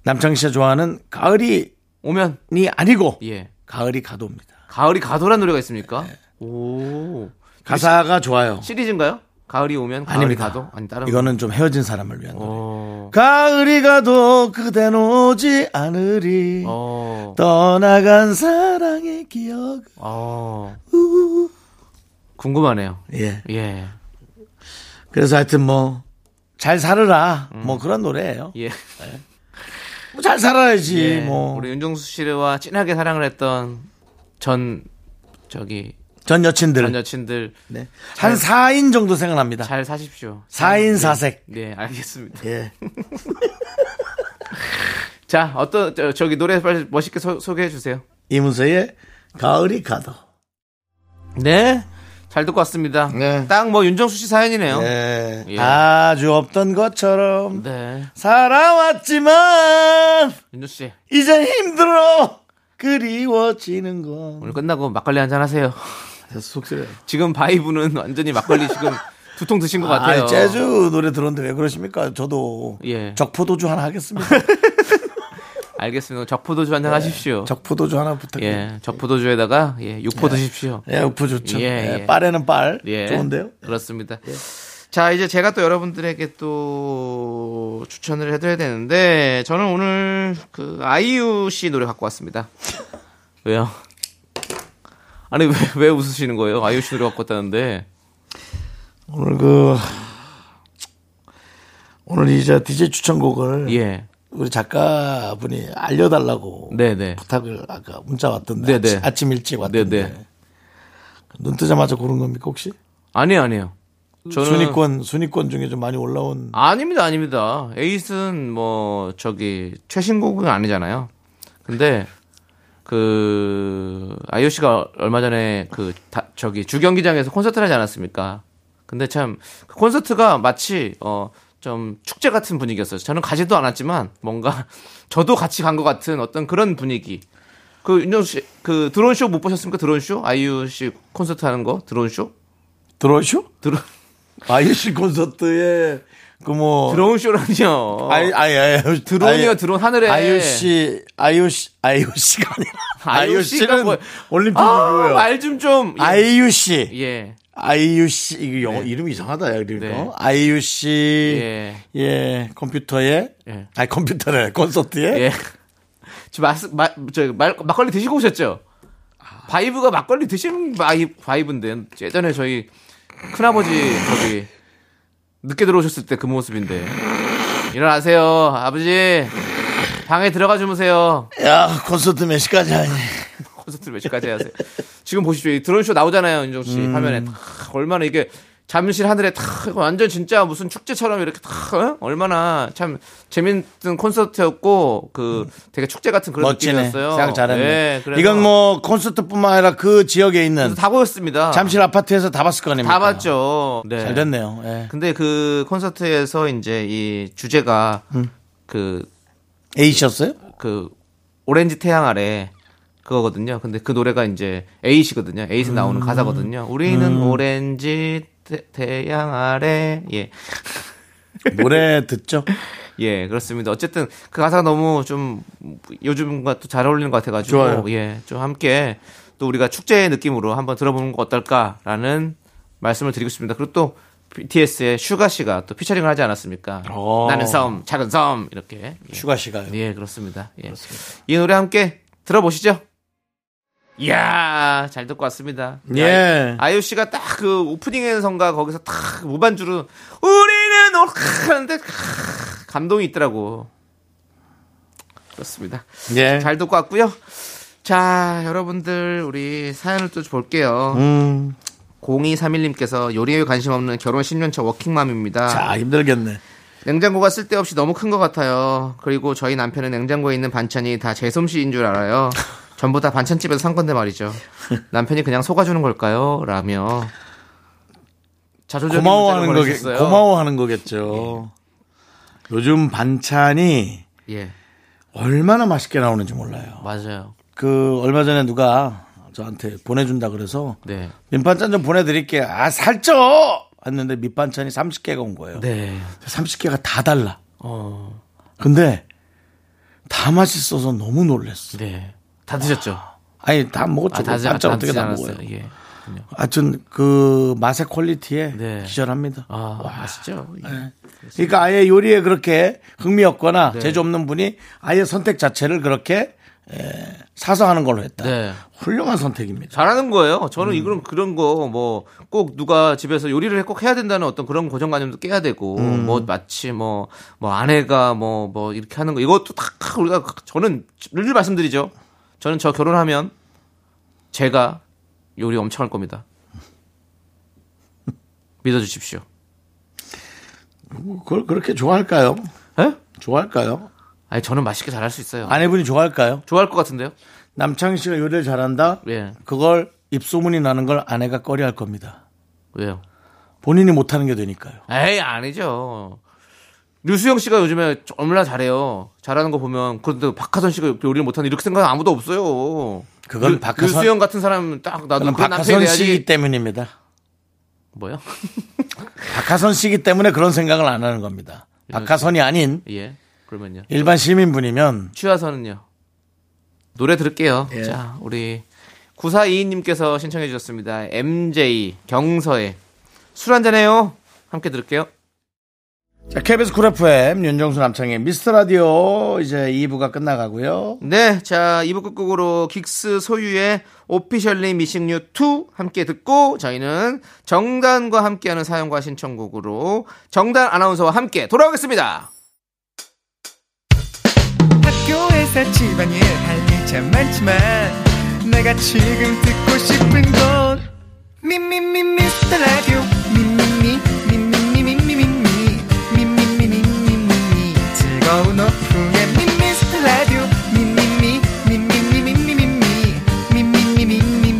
Speaker 1: 남창희 씨가 좋아하는 가을이니
Speaker 2: 오면
Speaker 1: 아니고
Speaker 2: 예.
Speaker 1: 가을이 가도입니다.
Speaker 2: 가을이 가도란 노래가 있습니까?
Speaker 1: 네.
Speaker 2: 오.
Speaker 1: 가사가 좋아요.
Speaker 2: 시리즈인가요? 가을이 오면 가을이
Speaker 1: 아닙니다.
Speaker 2: 가도 아니 다른
Speaker 1: 이거는 좀 헤어진 사람을 위한 노래.
Speaker 2: 어.
Speaker 1: 가을이 가도 그댄 오지 않으리
Speaker 2: 어.
Speaker 1: 떠나간 사랑의 기억.
Speaker 2: 어. 궁금하네요.
Speaker 1: 예.
Speaker 2: 예.
Speaker 1: 그래서 하여튼 뭐 잘 살으라 뭐 그런 노래예요.
Speaker 2: 음. 예.
Speaker 1: 뭐잘 살아야지
Speaker 2: 예.
Speaker 1: 뭐.
Speaker 2: 우리 윤종수 씨와 진하게 사랑을 했던 전 저기
Speaker 1: 전 여친들
Speaker 2: 전 여친들 예.
Speaker 1: 네. 한 4인 정도 생각납니다.
Speaker 2: 잘 사십시오.
Speaker 1: 4인 4색.
Speaker 2: 네, 알겠습니다.
Speaker 1: 예.
Speaker 2: 자, 어떤 저, 저기 노래 빨리 멋있게 소, 개해 주세요.
Speaker 1: 이문세의 가을이 가도.
Speaker 2: 네. 잘 듣고 왔습니다.
Speaker 1: 네.
Speaker 2: 딱 뭐 윤정수 씨 사연이네요. 네.
Speaker 1: 예.
Speaker 2: 예. 네.
Speaker 1: 아주 없던 것처럼 살아왔지만
Speaker 2: 윤정수 씨,
Speaker 1: 이제 힘들어 그리워지는 건.
Speaker 2: 오늘 끝나고 막걸리 한잔 하세요.
Speaker 1: 속쓰려요.
Speaker 2: 지금 바이브는 완전히 막걸리 지금 두 통 드신 것 같아요.
Speaker 1: 아, 재즈 노래 들었는데 왜 그러십니까? 저도
Speaker 2: 예.
Speaker 1: 적포도주 하나 하겠습니다.
Speaker 2: 알겠습니다. 적포도주 한잔 하십시오.
Speaker 1: 네. 적포도주 네. 하나 부탁해요. 예.
Speaker 2: 예, 적포도주에다가 예, 육포 드십시오.
Speaker 1: 육포 좋죠.
Speaker 2: 예,
Speaker 1: 예,
Speaker 2: 예.
Speaker 1: 빨에는 빨.
Speaker 2: 예.
Speaker 1: 좋은데요?
Speaker 2: 그렇습니다. 자, 이제 제가 또 여러분들에게 또 추천을 해드려야 되는데, 저는 오늘 그 아이유 씨 노래 갖고 왔습니다. 왜요? 아니, 왜, 왜 웃으시는 거예요? 아이유 씨 노래 갖고 왔다는데.
Speaker 1: 오늘 그 오늘 이제 DJ 추천곡을
Speaker 2: 예.
Speaker 1: 우리 작가분이 알려달라고
Speaker 2: 네네.
Speaker 1: 부탁을 아까 문자 왔던데
Speaker 2: 네네.
Speaker 1: 아침, 아침 일찍 왔던데
Speaker 2: 네네.
Speaker 1: 눈 뜨자마자 고른 겁니까 혹시
Speaker 2: 아니에요, 아니에요. 저는.
Speaker 1: 순위권 순위권 중에 좀 많이 올라온
Speaker 2: 아닙니다, 아닙니다. 에이스는 뭐, 저기, 최신곡은 아니잖아요. 근데, 그, 아이오 씨가 얼마 전에 그, 다- 저기, 주경기장에서 콘서트를 하지 않았습니까? 근데 참, 그 콘서트가 마치, 어, 좀 축제 같은 분위기였어요. 저는 가지도 않았지만, 뭔가, 저도 같이 간 것 같은 어떤 그런 분위기. 그, 윤정 씨, 그, 드론쇼 못 보셨습니까? 드론쇼? 아이유 씨 콘서트 하는 거? 드론쇼?
Speaker 1: 들어오쇼
Speaker 2: 드론,
Speaker 1: 아이유씨 콘서트에 그뭐
Speaker 2: 드론쇼라니요.
Speaker 1: 아이 아이 아이
Speaker 2: 드론이요, 드론 하늘에.
Speaker 1: 아이유씨 아이유씨 아이유씨가 아니라
Speaker 2: 아이유씨가
Speaker 1: 아이유씨는
Speaker 2: 뭐-
Speaker 1: 올림픽이고요
Speaker 2: 말 좀 좀. 예.
Speaker 1: 아이유씨
Speaker 2: 예.
Speaker 1: 아이유 씨 이거 영어 이름이 이상하다 야 그리고
Speaker 2: 네.
Speaker 1: 아이유 씨예
Speaker 2: 예.
Speaker 1: 컴퓨터에
Speaker 2: 예.
Speaker 1: 아니 컴퓨터래 콘서트에
Speaker 2: 예. 지금 마스, 마, 저, 말, 막걸리 드시고 오셨죠? 바이브가 막걸리 드시는 바이, 바이브인데, 예전에 저희 큰아버지 거기 늦게 들어오셨을 때 그 모습인데 일어나세요 아버지 방에 들어가 주무세요
Speaker 1: 야 콘서트 몇 시까지 하니?
Speaker 2: 콘서트 몇 시까지 하세요 지금 보십시오 이 드론쇼 나오잖아요 윤정씨
Speaker 1: 음.
Speaker 2: 화면에 탁 얼마나 이게 잠실 하늘에 탁 완전 진짜 무슨 축제처럼 이렇게 탁 어? 얼마나 참 재밌는 콘서트였고 그 되게 축제 같은
Speaker 1: 음.
Speaker 2: 그런
Speaker 1: 멋지네.
Speaker 2: 느낌이었어요
Speaker 1: 생각 잘했네.
Speaker 2: 예, 그래서
Speaker 1: 이건 뭐 콘서트뿐만 아니라 그 지역에 있는
Speaker 2: 다 보였습니다
Speaker 1: 잠실 아파트에서 다 봤을 거 아닙니까?
Speaker 2: 다 봤죠 네.
Speaker 1: 잘 됐네요. 예.
Speaker 2: 근데 그 콘서트에서 이제 이 주제가
Speaker 1: 음.
Speaker 2: 그,
Speaker 1: A셨어요?
Speaker 2: 그 오렌지 태양 아래 그거거든요. 근데 그 노래가 이제 A시거든요. A에서
Speaker 1: 음.
Speaker 2: 나오는 가사거든요. 우리는 오렌지 태, 양 아래 예.
Speaker 1: 노래 듣죠?
Speaker 2: 예, 그렇습니다. 어쨌든 그 가사가 너무 좀 요즘과 또 잘 어울리는 것 같아 가지고
Speaker 1: 좋아요.
Speaker 2: 예. 좀 함께 또 우리가 축제의 느낌으로 한번 들어보는 거 어떨까라는 말씀을 드리고 싶습니다. 그리고 또 BTS의 슈가 씨가 또 피처링을 하지 않았습니까?
Speaker 1: 오.
Speaker 2: 나는 섬, 작은 섬 이렇게. 예.
Speaker 1: 슈가 씨가요.
Speaker 2: 예, 그렇습니다. 예. 이 노래 함께 들어보시죠. 이야, 잘 듣고 왔습니다.
Speaker 1: 예.
Speaker 2: 아이유 씨가 딱 그 오프닝에선가 거기서 딱 무반주로 우리는 올 하는데 크, 감동이 있더라고. 그렇습니다.
Speaker 1: 예.
Speaker 2: 잘 듣고 왔고요. 자, 여러분들 우리 사연을 또 볼게요. 음. 0231님께서 요리에 관심 없는 결혼 10년차 워킹맘입니다.
Speaker 1: 자,
Speaker 2: 아.
Speaker 1: 힘들겠네.
Speaker 2: 냉장고가 쓸데없이 너무 큰 것 같아요. 그리고 저희 남편은 냉장고에 있는 반찬이 다 제 솜씨인 줄 알아요. 전부 다 반찬집에서 산 건데 말이죠. 남편이 그냥 속아주는 걸까요? 라며 자조적인
Speaker 1: 고마워하는
Speaker 2: 문자를
Speaker 1: 거겠,
Speaker 2: 보내주셨어요.
Speaker 1: 고마워하는 거겠죠. 요즘 반찬이
Speaker 2: 예,
Speaker 1: 얼마나 맛있게 나오는지 몰라요.
Speaker 2: 맞아요.
Speaker 1: 그 얼마 전에 누가 저한테 보내준다 그래서
Speaker 2: 네,
Speaker 1: 밑반찬 좀 보내드릴게. 아 살쪄 했는데 밑반찬이 30개가 온 거예요.
Speaker 2: 네,
Speaker 1: 30개가 다 달라.
Speaker 2: 어,
Speaker 1: 근데 다 맛있어서 너무 놀랬어.
Speaker 2: 네, 다 드셨죠?
Speaker 1: 아니 다
Speaker 2: 아,
Speaker 1: 먹었죠.
Speaker 2: 다 드셨-
Speaker 1: 반찬
Speaker 2: 다
Speaker 1: 어떻게
Speaker 2: 드시지
Speaker 1: 다
Speaker 2: 않았어요.
Speaker 1: 먹어요.
Speaker 2: 예.
Speaker 1: 하여튼 그 맛의 퀄리티에
Speaker 2: 네.
Speaker 1: 기절합니다.
Speaker 2: 아, 맛있죠? 예.
Speaker 1: 그러니까 아예 요리에 그렇게 흥미 없거나
Speaker 2: 네.
Speaker 1: 재주 없는 분이 아예 선택 자체를 그렇게 에, 사서 하는 걸로 했다.
Speaker 2: 네.
Speaker 1: 훌륭한 선택입니다.
Speaker 2: 잘하는 거예요. 저는 이런 그런 거 뭐 꼭 누가 집에서 요리를 꼭 해야 된다는 어떤 그런 고정관념도 깨야 되고 뭐 마치 뭐 뭐 아내가 뭐 뭐 이렇게 하는 거 이것도 다 우리가 저는 늘 말씀드리죠. 저는 저 결혼하면 제가 요리 엄청 할 겁니다. 믿어 주십시오.
Speaker 1: 그걸 그렇게 좋아할까요?
Speaker 2: 예?
Speaker 1: 좋아할까요?
Speaker 2: 아니 저는 맛있게 잘할 수 있어요.
Speaker 1: 아내분이 좋아할까요?
Speaker 2: 좋아할 것 같은데요?
Speaker 1: 남창희 씨가 요리를 잘한다.
Speaker 2: 예.
Speaker 1: 그걸 입소문이 나는 걸 아내가 꺼려할 겁니다.
Speaker 2: 왜요?
Speaker 1: 본인이 못하는 게 되니까요.
Speaker 2: 에이 아니죠. 류수영 씨가 요즘에 얼마나 잘해요. 잘하는 거 보면 그런데 박하선 씨가 요리를 못하는 이렇게 생각은 아무도 없어요.
Speaker 1: 그건
Speaker 2: 류-
Speaker 1: 박하선-
Speaker 2: 류수영 같은 사람 딱 나도
Speaker 1: 저는
Speaker 2: 그런 남편이
Speaker 1: 박하선 씨이기
Speaker 2: 돼야지.
Speaker 1: 때문입니다.
Speaker 2: 뭐요?
Speaker 1: 박하선 씨이기 때문에 그런 생각을 안 하는 겁니다. 박하선이 아닌
Speaker 2: 예. 그러면요.
Speaker 1: 일반 시민분이면
Speaker 2: 취하선은요. 노래 들을게요.
Speaker 1: 예.
Speaker 2: 자 우리 9422님께서 신청해 주셨습니다. MJ 경서의 술 한잔해요. 함께 들을게요.
Speaker 1: 자, KBS 쿨 FM 윤정수 남창의 미스터 라디오 이제 2부가 끝나가고요.
Speaker 2: 네, 자 2부 끝곡으로 긱스 소유의 오피셜리 미싱류 2 함께 듣고 저희는 정단과 함께하는 사연과 신청곡으로 정단 아나운서와 함께 돌아오겠습니다.
Speaker 4: 학교에서 집안일 할 일 참 많지만 내가 지금 듣고 싶은 건 미미미 미스터 라디오 미미미 미미미 미미미 미미미 미미미 즐거운 오후에 미스터 라디오 미미미 미미미 미미미 미미미 미미미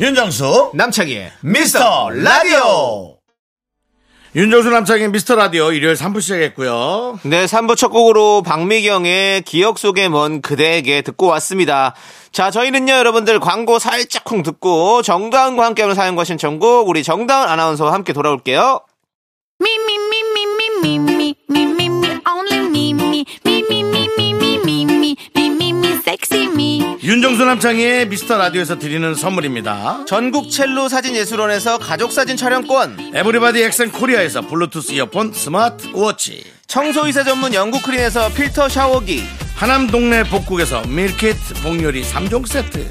Speaker 1: 윤정수
Speaker 2: 남창희의
Speaker 1: 미스터 라디오 윤정수 남창의 미스터 라디오 일요일 3부 시작했고요.
Speaker 2: 네, 3부 첫 곡으로 박미경의 기억 속에 먼 그대에게 듣고 왔습니다. 자, 저희는요, 여러분들 광고 살짝쿵 듣고 정다은과 함께하는 사연과 신청곡 우리 정다은 아나운서와 함께 돌아올게요.
Speaker 3: Me, me, me, me, me, me, me, me, me, me, only me, me, me, me, me, me, me, me, me, me, me, me, sexy me.
Speaker 1: 윤정수 남창희의 미스터 라디오에서 드리는 선물입니다.
Speaker 2: 전국 첼로 사진 예술원에서 가족 사진 촬영권,
Speaker 1: 에브리바디 엑센 코리아에서 블루투스 이어폰 스마트 워치.
Speaker 2: 청소이사 전문 영국 크린에서 필터 샤워기,
Speaker 1: 하남 동네 복국에서 밀키트 복요리 3종 세트.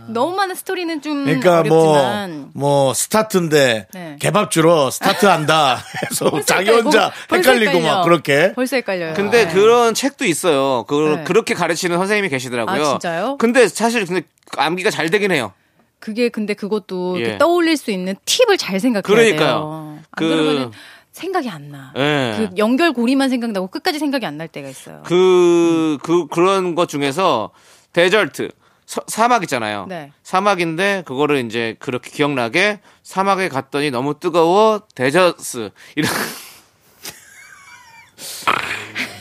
Speaker 5: 너무 많은 스토리는 좀
Speaker 1: 음. 그러니까 뭐,
Speaker 5: 어렵지만
Speaker 1: 뭐, 스타트인데,
Speaker 5: 네.
Speaker 1: 개밥 주러 스타트 한다. 해서 어, 자기
Speaker 5: 헷갈리고,
Speaker 1: 혼자
Speaker 5: 벌써
Speaker 1: 헷갈리고
Speaker 5: 헷갈려.
Speaker 1: 막 그렇게.
Speaker 5: 벌써 헷갈려요.
Speaker 2: 근데
Speaker 5: 네.
Speaker 2: 그런 책도 있어요. 그
Speaker 5: 네.
Speaker 2: 그렇게 가르치는 선생님이 계시더라고요.
Speaker 5: 아, 진짜요?
Speaker 2: 근데 사실 근데 암기가 잘 되긴 해요.
Speaker 5: 그게 근데 그것도
Speaker 2: 예.
Speaker 5: 이렇게 떠올릴 수 있는 팁을 잘 생각해야
Speaker 2: 그러니까요.
Speaker 5: 돼요. 안
Speaker 2: 그-
Speaker 5: 그러면 생각이 안 나.
Speaker 2: 예.
Speaker 5: 그 연결 고리만 생각나고 끝까지 생각이 안 날 때가 있어요.
Speaker 2: 그, 그, 그런 것 중에서 데절트, 서- 사막 있잖아요.
Speaker 5: 네.
Speaker 2: 사막인데 그거를 이제 그렇게 기억나게 사막에 갔더니 너무 뜨거워 데저스 이런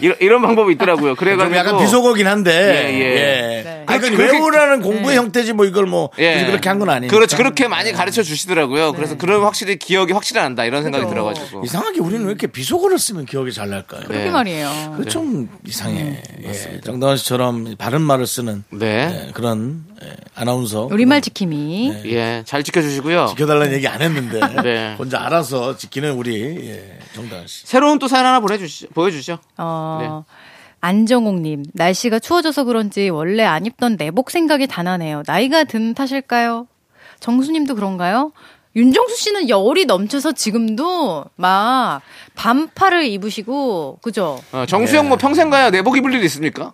Speaker 2: 이런, 이런 방법이 있더라고요.
Speaker 1: 좀
Speaker 2: 그래가지고
Speaker 1: 약간 비속어긴 한데.
Speaker 2: 예, 예.
Speaker 5: 네.
Speaker 1: 아, 그
Speaker 2: 그렇게-
Speaker 1: 외우라는 공부의 형태지 뭐 이걸 뭐 굳이 그렇게 한 건 아니니까.
Speaker 2: 예. 그렇죠. 그렇게 많이 가르쳐 주시더라고요. 그래서 그런 확실히 기억이 확실히 난다 이런 생각이
Speaker 5: 네. 그죠.
Speaker 2: 들어가지고.
Speaker 1: 이상하게 우리는 왜 이렇게 비속어를 쓰면 기억이 잘 날까요?
Speaker 5: 그렇게
Speaker 2: 네. 음,
Speaker 5: 말이에요.
Speaker 1: 그좀 이상해. 예. 정다은 씨처럼 바른 말을 쓰는
Speaker 2: 네.
Speaker 1: 예, 그런 예, 아나운서
Speaker 5: 우리말 지킴이.
Speaker 1: 네.
Speaker 2: 예. 잘 지켜주시고요.
Speaker 1: 지켜달라는 얘기 안 했는데
Speaker 2: 네.
Speaker 1: 혼자 알아서 지키는 우리 예, 정다은 씨.
Speaker 2: 새로운 또 사연 하나 보내주시, 보여주시죠.
Speaker 5: 어,
Speaker 2: 네.
Speaker 5: 안정옥님, 날씨가 추워져서 그런지 원래 안 입던 내복 생각이 다 나네요. 나이가 든 탓일까요? 정수님도 그런가요? 윤정수 씨는 열이 넘쳐서 지금도 막 반팔을 입으시고, 그죠?
Speaker 2: 어, 정수영
Speaker 5: 네.
Speaker 2: 뭐 평생 가야 내복 입을 일이 있습니까?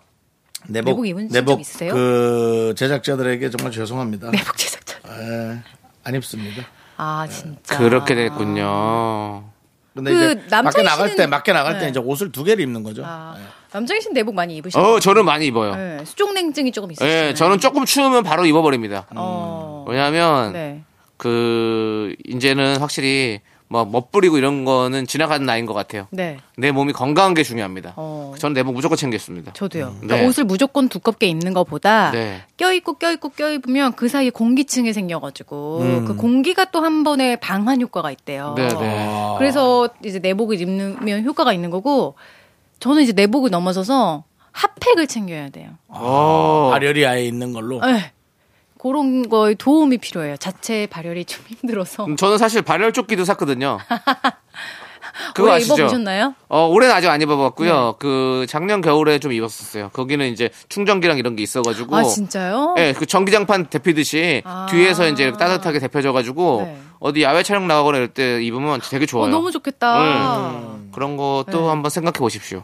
Speaker 5: 내복 입은 적 있으세요? 네.
Speaker 1: 그 제작자들에게 정말 죄송합니다.
Speaker 5: 내복 제작자.
Speaker 1: 예, 안 입습니다.
Speaker 5: 아,
Speaker 2: 네.
Speaker 5: 진짜.
Speaker 2: 그렇게 됐군요.
Speaker 1: 근데
Speaker 5: 그
Speaker 1: 이제
Speaker 5: 남창희
Speaker 1: 밖에 나갈
Speaker 5: 씨는-
Speaker 1: 때 밖에 나갈 때
Speaker 5: 네.
Speaker 1: 이제 옷을 두 개를 입는 거죠.
Speaker 5: 아, 남정희 씨는 내복 많이 입으시죠?
Speaker 2: 어, 저는 많이 입어요. 예,
Speaker 5: 네, 수족냉증이 조금 있으시죠?
Speaker 2: 저는 조금 추우면 바로 입어버립니다.
Speaker 5: 어,
Speaker 2: 왜냐하면
Speaker 5: 네.
Speaker 2: 그 이제는 확실히 뭐 멋부리고 이런 거는 지나가는 나이인 것 같아요.
Speaker 5: 네.
Speaker 2: 내 몸이 건강한 게 중요합니다.
Speaker 5: 어.
Speaker 2: 저는 내복 무조건 챙겼습니다.
Speaker 5: 저도요.
Speaker 2: 네.
Speaker 5: 그러니까 옷을 무조건 두껍게 입는 것보다
Speaker 2: 네.
Speaker 5: 껴입고 껴입고 껴입으면 그 사이에 공기층이 생겨가지고 그 공기가 또 한 번에 방한 효과가 있대요.
Speaker 2: 음. 네, 네.
Speaker 5: 아, 그래서 이제 내복을 입으면 효과가 있는 거고 저는 이제 내복을 넘어서서 핫팩을 챙겨야 돼요.
Speaker 2: 어.
Speaker 1: 발열이 아예 있는 걸로.
Speaker 5: 네. 그런 거에 도움이 필요해요. 자체 발열이 좀 힘들어서.
Speaker 2: 음, 저는 사실 발열 조끼도 샀거든요. 그거
Speaker 5: 올해
Speaker 2: 아시죠?
Speaker 5: 입어보셨나요?
Speaker 2: 어, 올해는 아직 안
Speaker 5: 네.
Speaker 2: 입어봤고요. 그 작년 겨울에 좀 입었었어요. 거기는 이제 충전기랑 이런 게 있어가지고.
Speaker 5: 아 진짜요?
Speaker 2: 예, 그 전기장판 데피듯이
Speaker 5: 아.
Speaker 2: 뒤에서 이제 따뜻하게 데펴져가지고
Speaker 5: 네.
Speaker 2: 어디 야외 촬영 나가거나 이럴 때 입으면 되게
Speaker 5: 어,
Speaker 2: 좋아요.
Speaker 5: 너무 네. 좋겠다.
Speaker 2: 그런 것도 한번 생각해 보십시오.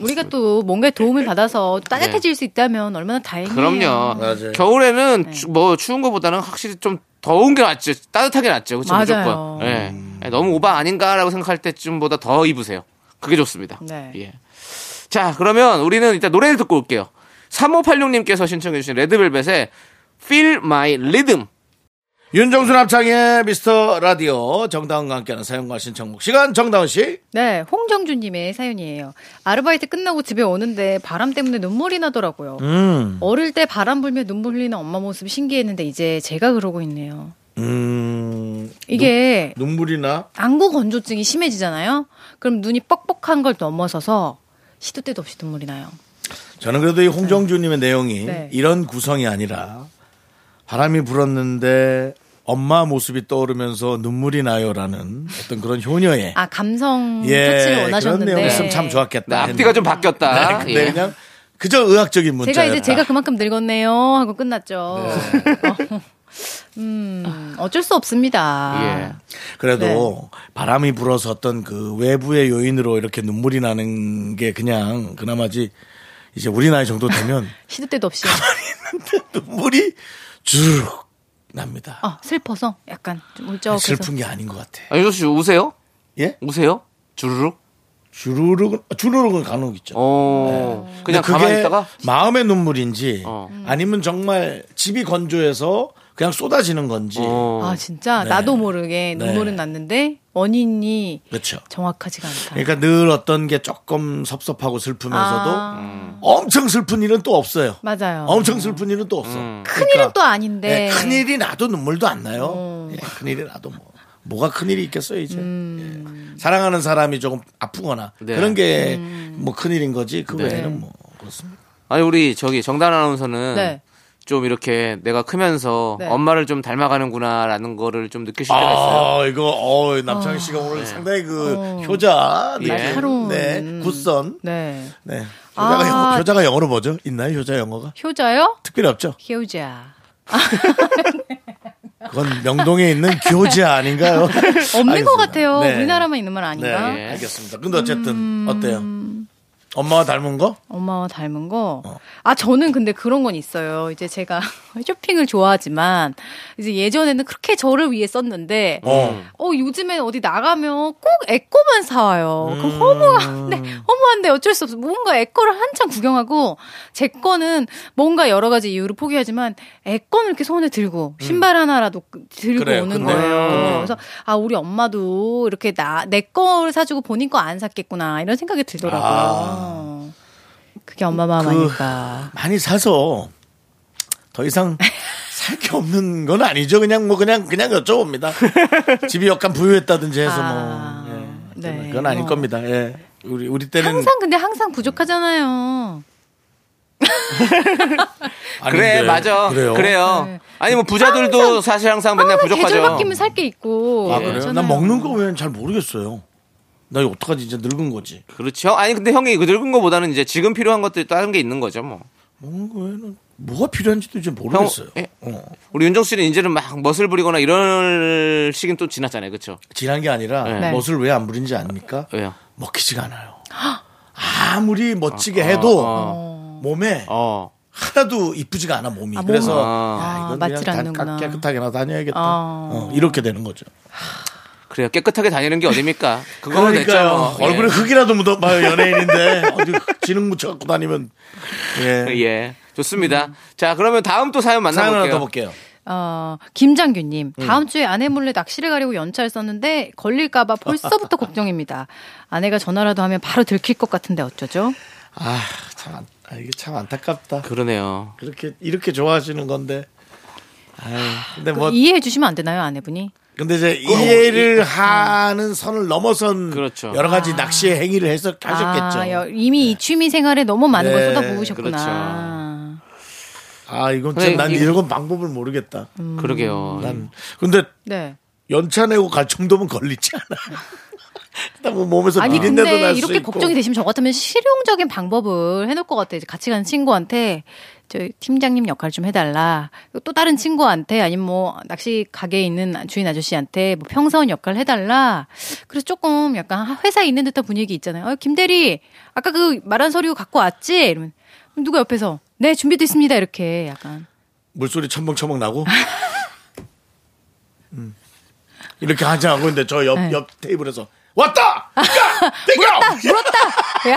Speaker 5: 우리가 또 뭔가 도움을 받아서 따뜻해질 수 있다면 얼마나 다행이에요.
Speaker 2: 예. 그럼요.
Speaker 5: 음.
Speaker 1: 맞아요.
Speaker 2: 겨울에는
Speaker 5: 네.
Speaker 2: 추- 뭐 추운 것보다는 확실히 좀 더운 게 낫죠. 따뜻하게 낫죠. 그렇죠.
Speaker 5: 맞아요.
Speaker 2: 무조건. 예.
Speaker 1: 음.
Speaker 2: 예, 너무 오바 아닌가라고 생각할 때쯤보다 더 입으세요. 그게 좋습니다.
Speaker 5: 네.
Speaker 2: 예. 자, 그러면 우리는 일단 노래를 듣고 올게요. 3586님께서 신청해주신 레드벨벳의 Feel My Rhythm.
Speaker 1: 윤정수 남창의 미스터 라디오 정다은과 함께하는 사연과 신청곡 시간 정다은 씨.
Speaker 5: 네, 홍정주님의 사연이에요. 아르바이트 끝나고 집에 오는데 바람 때문에 눈물이 나더라고요.
Speaker 1: 음.
Speaker 5: 어릴 때 바람 불며 눈물 흘리는 엄마 모습이 신기했는데 이제 제가 그러고 있네요.
Speaker 1: 음.
Speaker 5: 이게
Speaker 1: 눈물이나
Speaker 5: 안구 건조증이 심해지잖아요. 그럼 눈이 뻑뻑한 걸 넘어서서 시도 때도 없이 눈물이 나요.
Speaker 1: 저는 그래도 이 홍정주님의 내용이
Speaker 5: 네.
Speaker 1: 이런 구성이 아니라 바람이 불었는데 엄마 모습이 떠오르면서 눈물이 나요라는 어떤 그런 효녀의
Speaker 5: 아 감성 처치를
Speaker 1: 예 그런
Speaker 5: 원하셨는데
Speaker 1: 내용이었으면 참
Speaker 2: 네,
Speaker 1: 좋았겠다.
Speaker 2: 앞뒤가 좀 바뀌었다.
Speaker 1: 네, 근데
Speaker 2: 예.
Speaker 1: 그냥 그저 의학적인 문자였다.
Speaker 5: 제가 이제 제가 그만큼 늙었네요 하고 끝났죠.
Speaker 1: 네.
Speaker 5: 어, 음 어쩔 수 없습니다.
Speaker 2: 예.
Speaker 1: 그래도
Speaker 5: 네.
Speaker 1: 바람이 불어서 어떤 그 외부의 요인으로 이렇게 눈물이 나는 게 그냥 그나마지 이제 우리 나이 정도 되면
Speaker 5: 시도 때도 없이
Speaker 1: 눈물이 주르륵 납니다.
Speaker 5: 아, 슬퍼서 약간 좀 울적해서.
Speaker 1: 슬픈 게 아닌 것 같아.
Speaker 2: 아, 윤씨 우세요?
Speaker 1: 예?
Speaker 2: 우세요? 주르륵?
Speaker 1: 주르륵은 주르륵은 간혹 있죠.
Speaker 2: 어. 그냥
Speaker 1: 네. 근데
Speaker 2: 가만히 있다가
Speaker 1: 마음의 눈물인지
Speaker 2: 어.
Speaker 5: 음.
Speaker 1: 아니면 정말 집이 건조해서 그냥 쏟아지는 건지
Speaker 2: 어.
Speaker 5: 아, 진짜
Speaker 1: 네.
Speaker 5: 나도 모르게
Speaker 1: 네.
Speaker 5: 눈물은 났는데 원인이
Speaker 1: 그렇죠.
Speaker 5: 정확하지가 않다.
Speaker 1: 그러니까 늘 어떤 게 조금 섭섭하고 슬프면서도
Speaker 5: 아.
Speaker 2: 음.
Speaker 1: 엄청 슬픈 일은 또 없어요.
Speaker 5: 맞아요.
Speaker 1: 엄청 슬픈 일은 또 없어.
Speaker 2: 음.
Speaker 1: 그러니까 예,
Speaker 5: 큰일은 또 음. 아닌데.
Speaker 1: 큰 일이 나도 눈물도 안 나요. 큰 일이 나도 뭐 뭐가 큰 일이 있겠어요 이제.
Speaker 5: 음.
Speaker 1: 예. 사랑하는 사람이 조금 아프거나
Speaker 2: 네.
Speaker 1: 그런 게
Speaker 5: 음.
Speaker 1: 뭐큰 일인 거지 그
Speaker 2: 네.
Speaker 1: 외에는 뭐 그렇습니다.
Speaker 2: 아니 우리 저기 정단 아나운서는
Speaker 5: 네.
Speaker 2: 좀 이렇게 내가 크면서
Speaker 5: 네.
Speaker 2: 엄마를 좀 닮아가는구나라는 거를 좀 느끼실 때가 있어요.
Speaker 1: 아 이거 어 남창희
Speaker 5: 아,
Speaker 1: 씨가 오늘
Speaker 5: 네.
Speaker 1: 상당히 그
Speaker 5: 어.
Speaker 1: 효자
Speaker 2: 예.
Speaker 1: 느낌,
Speaker 5: 날카로운.
Speaker 1: 네 굿선
Speaker 5: 네.
Speaker 1: 네 효자가
Speaker 5: 음. 아.
Speaker 1: 영어 효자가 영어로 뭐죠? 있나요 효자 영어가?
Speaker 5: 효자요?
Speaker 1: 특별히 없죠.
Speaker 5: 효자.
Speaker 1: 그건 명동에 있는 교자 아닌가요?
Speaker 5: 없는
Speaker 1: 알겠습니다.
Speaker 5: 것 같아요.
Speaker 1: 네.
Speaker 5: 우리나라만 있는 말 아닌가?
Speaker 2: 예.
Speaker 1: 네, 알겠습니다. 근데 어쨌든 어때요? 엄마와 닮은 거?
Speaker 5: 엄마와 닮은 거.
Speaker 1: 어.
Speaker 5: 아, 저는 근데 그런 건 있어요. 이제 제가 쇼핑을 좋아하지만, 이제 예전에는 그렇게 저를 위해 썼는데,
Speaker 1: 어.
Speaker 5: 어, 요즘에 어디 나가면 꼭 애꺼만 사와요.
Speaker 1: 음.
Speaker 5: 그럼 허무한데, 허무한데 어쩔 수 없어. 뭔가 애꺼를 한참 구경하고, 제 거는 뭔가 여러 가지 이유로 포기하지만, 애꺼는 이렇게 손에 들고, 신발 하나라도 그- 들고
Speaker 1: 음. 그래요. 어.
Speaker 5: 오는
Speaker 1: 근데-
Speaker 5: 거예요. 그래서, 아, 우리 엄마도 이렇게 나, 내 거를 사주고 본인 거 안 샀겠구나, 이런 생각이 들더라고요. 어.
Speaker 1: 아.
Speaker 5: 그게 엄마 마음
Speaker 1: 그-
Speaker 5: 아닐까.
Speaker 1: 많이 사서 더 이상 살 게 없는 건 아니죠. 그냥 뭐 그냥 그냥 여쭤봅니다. 집이 약간 부유했다든지 해서
Speaker 5: 아,
Speaker 1: 뭐 예.
Speaker 5: 네.
Speaker 1: 그건 아닐
Speaker 5: 뭐.
Speaker 1: 겁니다. 예. 우리 우리 때는
Speaker 5: 항상 근데 항상 부족하잖아요.
Speaker 2: 그래
Speaker 1: 아닌데.
Speaker 2: 맞아.
Speaker 1: 그래요.
Speaker 2: 그래요. 아니 뭐 부자들도 사실 항상 맨날
Speaker 5: 네. 항상 계절
Speaker 2: 부족하죠.
Speaker 5: 바뀌면 살 게 있고.
Speaker 2: 예,
Speaker 1: 아 그래요?
Speaker 5: 그렇잖아요.
Speaker 1: 난 먹는 거 외에는 잘 모르겠어요. 나 이거 어떡하지 이제 늙은 거지.
Speaker 2: 그렇죠. 아니 근데 형이 그 늙은 거보다는 이제 지금 필요한 것들이 다른 게 있는 거죠 뭐.
Speaker 1: 먹는 거 외에는 뭐가 필요한지도 이제 모르겠어요.
Speaker 2: 형, 예.
Speaker 1: 어.
Speaker 2: 우리 윤정 씨는 이제는 막 멋을 부리거나 이런 시기는 또 지났잖아요, 그렇죠?
Speaker 1: 지난 게 아니라
Speaker 2: 네.
Speaker 1: 멋을 왜 안 부린지 압니까?
Speaker 2: 왜요?
Speaker 1: 먹히지가 않아요. 아무리 멋지게 해도
Speaker 2: 아.
Speaker 5: 어.
Speaker 1: 몸에
Speaker 2: 어.
Speaker 1: 하나도 이쁘지가 않아 몸이.
Speaker 5: 아,
Speaker 1: 그래서
Speaker 5: 몸은-
Speaker 1: 야,
Speaker 5: 아,
Speaker 1: 이건
Speaker 5: 맞질
Speaker 1: 그냥 다
Speaker 5: 않는구나.
Speaker 1: 깨끗하게나 다녀야겠다.
Speaker 5: 아.
Speaker 1: 어, 이렇게 되는 거죠.
Speaker 2: 그래요. 깨끗하게 다니는 게 어딥니까? 그거는 됐죠.
Speaker 1: 그러니까요.
Speaker 2: 뭐.
Speaker 1: 얼굴에 흙이라도 묻어봐요 연예인인데 어디 지능 묻혀 갖고 다니면
Speaker 2: 예.
Speaker 1: 예.
Speaker 2: 예. 좋습니다. 자, 그러면 다음 또 사연
Speaker 1: 사연 하나 더
Speaker 2: 만나볼게요.
Speaker 1: 볼게요.
Speaker 5: 어, 김장규님, 다음 주에 아내 몰래 낚시를 가려고 연차를 썼는데 걸릴까봐 벌써부터 걱정입니다. 아내가 전화라도 하면 바로 들킬 것 같은데 어쩌죠?
Speaker 1: 아참 안- 아, 이게 참 안타깝다.
Speaker 2: 그러네요.
Speaker 1: 그렇게 이렇게 좋아하시는 건데. 아유, 근데 뭐
Speaker 5: 이해해 주시면 안 되나요, 아내분이?
Speaker 1: 근데 이제 이해를 하는 선을 넘어선
Speaker 2: 뭐 음. 그렇죠.
Speaker 1: 여러 가지 낚시의 행위를 해서 하셨겠죠.
Speaker 5: 아, 여- 이미 이 취미 생활에 너무 많은
Speaker 1: 네, 그렇죠.
Speaker 5: 걸 쏟아부으셨구나.
Speaker 1: 아 이건 진짜 난
Speaker 2: 이-
Speaker 1: 이런 방법을 모르겠다.
Speaker 5: 음.
Speaker 2: 그러게요.
Speaker 1: 난 근데
Speaker 5: 네.
Speaker 1: 연차 내고 갈 정도면 걸리지 않아. 뭐 몸에서
Speaker 5: 아니
Speaker 1: 비린내도
Speaker 5: 근데
Speaker 1: 날수
Speaker 5: 이렇게
Speaker 1: 있고.
Speaker 5: 걱정이 되시면 저 같으면 실용적인 방법을 해놓을 것 같아요. 이제 같이 가는 친구한테 저 팀장님 역할 좀 해달라. 그리고 또 다른 친구한테 아니면 뭐 낚시 가게에 있는 주인 아저씨한테 뭐 평사원 역할 해달라. 그래서 조금 약간 회사에 있는 듯한 분위기 있잖아요. 어, 김 대리 아까 그 말한 서류 갖고 왔지? 이러면 그럼 누가 옆에서 네 준비됐습니다 이렇게 약간
Speaker 1: 물소리 첨벙첨벙 나고. 음. 이렇게 한참 하고 있는데 저 옆 옆
Speaker 5: 네.
Speaker 1: 테이블에서 왔다. 야, 땡겨.
Speaker 5: 물었다. 야.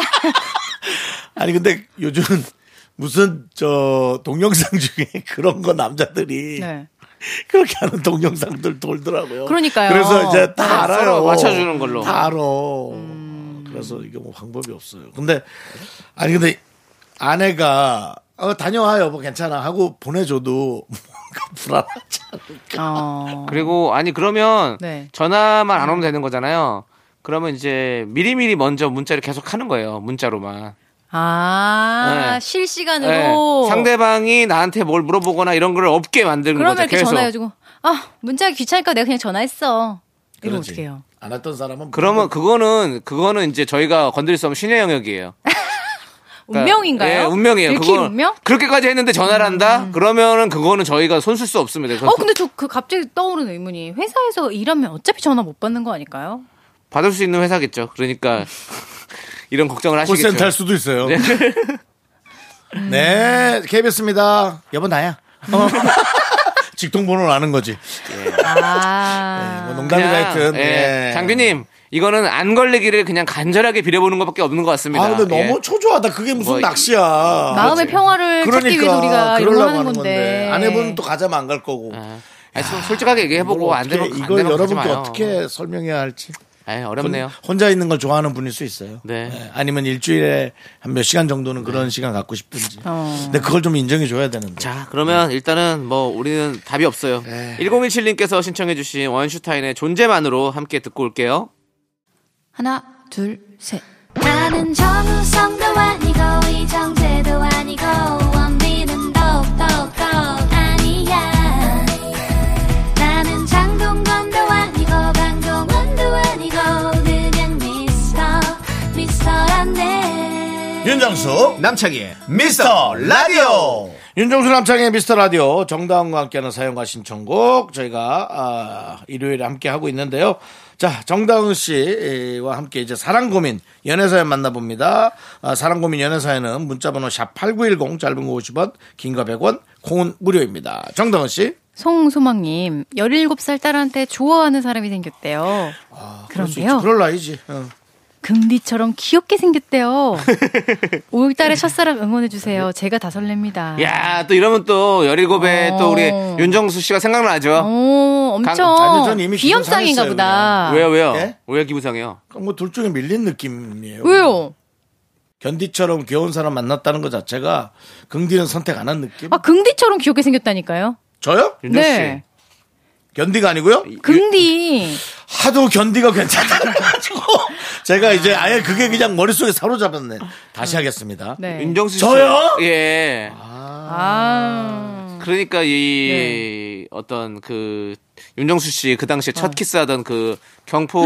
Speaker 1: 아니 근데 요즘은 무슨 저 동영상 중에 그런 거 남자들이
Speaker 5: 네.
Speaker 1: 그렇게 하는 동영상들 돌더라고요.
Speaker 5: 그러니까요.
Speaker 1: 그래서 이제 다
Speaker 2: 네,
Speaker 1: 알아요.
Speaker 2: 서로 맞춰주는 걸로. 음.
Speaker 1: 다 알아. 그래서 이게 뭐 방법이 없어요. 근데 아니 근데 아내가 어, 다녀와 여보 괜찮아 하고 보내줘도 뭔가 불안하지 않을까.
Speaker 5: 어.
Speaker 2: 그리고 아니 그러면
Speaker 5: 네.
Speaker 2: 전화만 안 오면 되는 거잖아요. 그러면 이제 미리미리 먼저 문자를 계속 하는 거예요. 문자로만.
Speaker 5: 아
Speaker 2: 네.
Speaker 5: 실시간으로
Speaker 2: 네. 상대방이 나한테 뭘 물어보거나 이런 걸 없게 만드는
Speaker 5: 그러면
Speaker 2: 거죠.
Speaker 5: 이렇게
Speaker 2: 계속.
Speaker 5: 전화해가지고 아 문자 귀찮으니까 내가 그냥 전화했어. 이러면
Speaker 1: 그러지.
Speaker 5: 어떻게 해요?
Speaker 1: 안 했던 사람은
Speaker 2: 그러면 그거는 그거는 이제 저희가 건드릴 수 없는 신의 영역이에요. 그러니까,
Speaker 5: 운명인가요?
Speaker 2: 예, 운명이에요.
Speaker 5: 들킨
Speaker 2: 그거
Speaker 5: 운명? 음.
Speaker 2: 그렇게까지 했는데 전화를 한다? 그러면은 그거는 저희가 손쓸 수 없습니다. 그래서
Speaker 5: 어 근데 저 그 갑자기 떠오르는 의문이 회사에서 일하면 어차피 전화 못 받는 거 아닐까요?
Speaker 2: 받을 수 있는 회사겠죠. 그러니까 이런 걱정을 하시겠죠.
Speaker 1: 콜센터 할 수도 있어요. 네, KBS입니다. 여보 나야. 어. 직통번호를 아는 거지.
Speaker 5: 아.
Speaker 1: 뭐 농담이 하여튼.
Speaker 2: 예. 장규님 이거는 안 걸리기를 그냥 간절하게 빌어보는 것밖에 없는 것 같습니다.
Speaker 1: 아, 근데
Speaker 2: 예.
Speaker 1: 너무 초조하다. 그게 무슨
Speaker 2: 뭐,
Speaker 1: 낚시야. 그러니까
Speaker 5: 마음의 평화를 찾기 위해 우리가 이런 걸
Speaker 1: 그러려고
Speaker 5: 하는 건데.
Speaker 1: 안 해보면 또 가자면 안 갈 거고.
Speaker 2: 아, 아니, 좀 솔직하게 얘기해보고
Speaker 1: 이걸
Speaker 2: 안 되면
Speaker 1: 어떻게,
Speaker 2: 안
Speaker 1: 이걸
Speaker 2: 되면 가지
Speaker 1: 여러분께
Speaker 2: 마요.
Speaker 1: 어떻게 설명해야 할지.
Speaker 2: 아, 어렵네요.
Speaker 1: 혼- 혼자 있는 걸 좋아하는 분일 수 있어요.
Speaker 2: 네.
Speaker 1: 예, 아니면 일주일에 한 몇 시간 정도는 그런 시간 갖고 싶든지.
Speaker 5: 어.
Speaker 1: 근데 그걸 좀 인정해 줘야 되는데.
Speaker 2: 자, 그러면 일단은 뭐 우리는 답이 없어요.
Speaker 1: 네.
Speaker 2: 1017님께서 신청해주신 원슈타인의 존재만으로 함께 듣고 올게요.
Speaker 5: 하나, 둘, 셋.
Speaker 3: 나는 정우성도 아니고 이정재도 아니고 원빈은 더욱더 아니야 나는 장동건도 아니고 강동원도 아니고 그냥 미스터 미스터란데
Speaker 1: 윤정수
Speaker 2: 음.
Speaker 1: 남창희의 미스터 라디오 윤정수 남창희의 미스터 라디오 정다은과 함께하는 사연과 신청곡 저희가 아, 일요일에 함께 하고 있는데요 자 정다은 씨와 함께 이제 사랑 고민 연애 사연 만나봅니다 아, 사랑 고민 연애 사연은 문자번호 샵8910 짧은 거 50원 긴 거 100원 콩은 무료입니다 정다은 씨
Speaker 5: 송소망님, 17살 딸한테 좋아하는 사람이 생겼대요.
Speaker 1: 그럴 수
Speaker 5: 그런데요.
Speaker 1: 있지. 그럴 나이지 어.
Speaker 5: 금디처럼 귀엽게 생겼대요. 5월달에 첫사랑 응원해주세요. 제가 다 설렙니다.
Speaker 2: 야, 또 이러면 또 17에 또 우리
Speaker 5: 어.
Speaker 2: 윤정수 씨가 생각나죠?
Speaker 5: 오,
Speaker 1: 아니, 전
Speaker 5: 어, 엄청
Speaker 1: 이미
Speaker 5: 비염상인가
Speaker 1: 기분 상했어요,
Speaker 5: 보다.
Speaker 2: 왜요, 왜요?
Speaker 1: 예?
Speaker 2: 왜 기분 상해요?
Speaker 1: 뭐 둘 중에 밀린 느낌이에요
Speaker 5: 왜요?
Speaker 1: 견디처럼 귀여운 사람 만났다는 것 자체가 긍디는 선택 안 한 느낌
Speaker 5: 아, 긍디처럼 귀엽게 생겼다니까요?
Speaker 1: 저요?
Speaker 2: 윤정수
Speaker 5: 네.
Speaker 1: 견디가 아니고요.
Speaker 5: 긍디.
Speaker 1: 하도 견디가 괜찮다 가지고 제가 이제 아예 그게 그냥 머릿속에 사로잡았네. 다시 하겠습니다.
Speaker 2: 씨.
Speaker 5: 네.
Speaker 2: 윤정수 씨.
Speaker 1: 저요?
Speaker 2: 예.
Speaker 5: 아. 네.
Speaker 2: 그러니까 이 어떤 그 윤정수 씨 그 당시에
Speaker 5: 어.
Speaker 2: 첫 키스하던 그 경포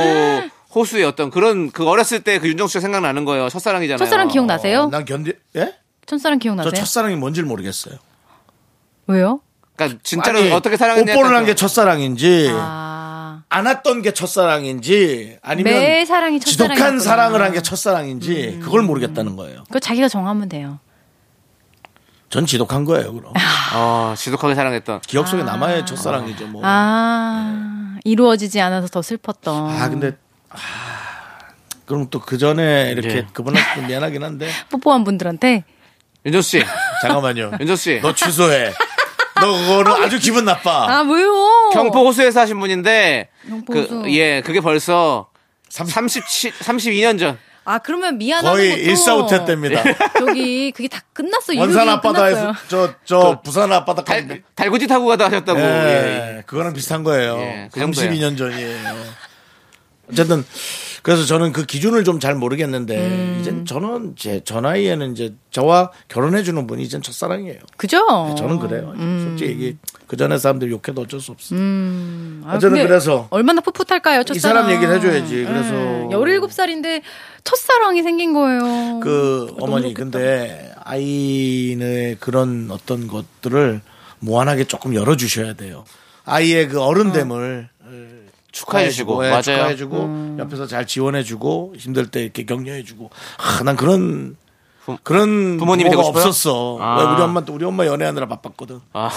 Speaker 2: 호수의 어떤 그런 그 어렸을 때 그 윤정수 씨가 생각나는 거예요. 첫사랑이잖아요.
Speaker 5: 첫사랑 기억나세요?
Speaker 1: 난 견디 예?
Speaker 5: 첫사랑
Speaker 1: 저
Speaker 5: 기억나세요?
Speaker 1: 첫사랑이 뭔지를 모르겠어요.
Speaker 5: 왜요?
Speaker 2: 그러니까 진짜로
Speaker 1: 아니,
Speaker 2: 어떻게 사랑했냐.
Speaker 1: 뽀뽀를 한 게 첫사랑인지
Speaker 5: 아.
Speaker 1: 안았던 게 첫사랑인지 아니면
Speaker 5: 매 사랑이 첫사랑이었구나.
Speaker 1: 지독한 사랑을 한 게
Speaker 5: 음.
Speaker 1: 첫사랑인지 그걸 모르겠다는 거예요.
Speaker 5: 그거 자기가 정하면 돼요.
Speaker 1: 전 지독한 거예요. 그럼
Speaker 2: 어, 지독하게 사랑했던.
Speaker 1: 기억 속에 남아야 첫사랑이죠. 뭐. 아,
Speaker 5: 아. 이루어지지 않아서 더 슬펐던.
Speaker 1: 근데 아, 그럼 또 그 전에 이렇게
Speaker 2: 네.
Speaker 1: 그분한테 좀 미안하긴 한데
Speaker 5: 뽀뽀한 분들한테
Speaker 2: 윤정수 씨.
Speaker 1: 잠깐만요.
Speaker 2: 윤정수 씨.
Speaker 1: 너 취소해. 너 그거는 아주 기분 나빠.
Speaker 5: 아, 왜요?
Speaker 2: 경포 호수에서 하신 분인데
Speaker 5: 경포
Speaker 2: 그,
Speaker 5: 호수.
Speaker 2: 예, 그게 벌써 37 32년 전.
Speaker 5: 아, 그러면 미안하는
Speaker 1: 거의
Speaker 5: 것도
Speaker 1: 일사후퇴 때입니다.
Speaker 5: 저기 그게 다 끝났어.
Speaker 1: 원산
Speaker 5: 유럽이
Speaker 1: 앞바다에서
Speaker 5: 끝났어요.
Speaker 1: 저, 저 부산 앞바다
Speaker 2: 그 달,
Speaker 1: 가는데.
Speaker 2: 달구지 타고 가다 하셨다고. 예.
Speaker 1: 예, 그거랑 비슷한 거예요.
Speaker 2: 예, 그 정도예요.
Speaker 1: 32년 전이에요. 어쨌든 그래서 저는 그 기준을 좀 잘 모르겠는데
Speaker 5: 음.
Speaker 1: 이젠 저는 제 저 나이에는 이제 저와 결혼해 주는 분이 이젠 첫사랑이에요.
Speaker 5: 그죠?
Speaker 1: 저는 그래요.
Speaker 5: 음.
Speaker 1: 솔직히 얘기 그 전에 사람들 욕해도 어쩔 수 없어. 저는
Speaker 5: 아, 근데
Speaker 1: 그래서
Speaker 5: 얼마나 풋풋할까요?
Speaker 1: 이
Speaker 5: 첫사랑.
Speaker 1: 사람 음, 얘기를 해줘야지. 예, 그래서
Speaker 5: 17살인데 예, 첫사랑이 생긴 거예요.
Speaker 1: 그
Speaker 5: 너무
Speaker 1: 어머니
Speaker 5: 좋겠다.
Speaker 1: 근데 아이의 그런 어떤 것들을 무한하게 조금 열어 주셔야 돼요. 아이의 그 어른됨을
Speaker 2: 축하해 주시고.
Speaker 1: 예,
Speaker 2: 맞아요.
Speaker 1: 축하해 주고 옆에서 잘 지원해 주고 힘들 때 이렇게 격려해 주고. 아, 난 그런
Speaker 2: 부-
Speaker 1: 그런
Speaker 2: 부모님이
Speaker 1: 부모가
Speaker 2: 되고 싶어요?
Speaker 1: 없었어.
Speaker 2: 아.
Speaker 1: 왜 우리 엄마 또 우리 엄마 연애하느라 바빴거든.
Speaker 2: 아.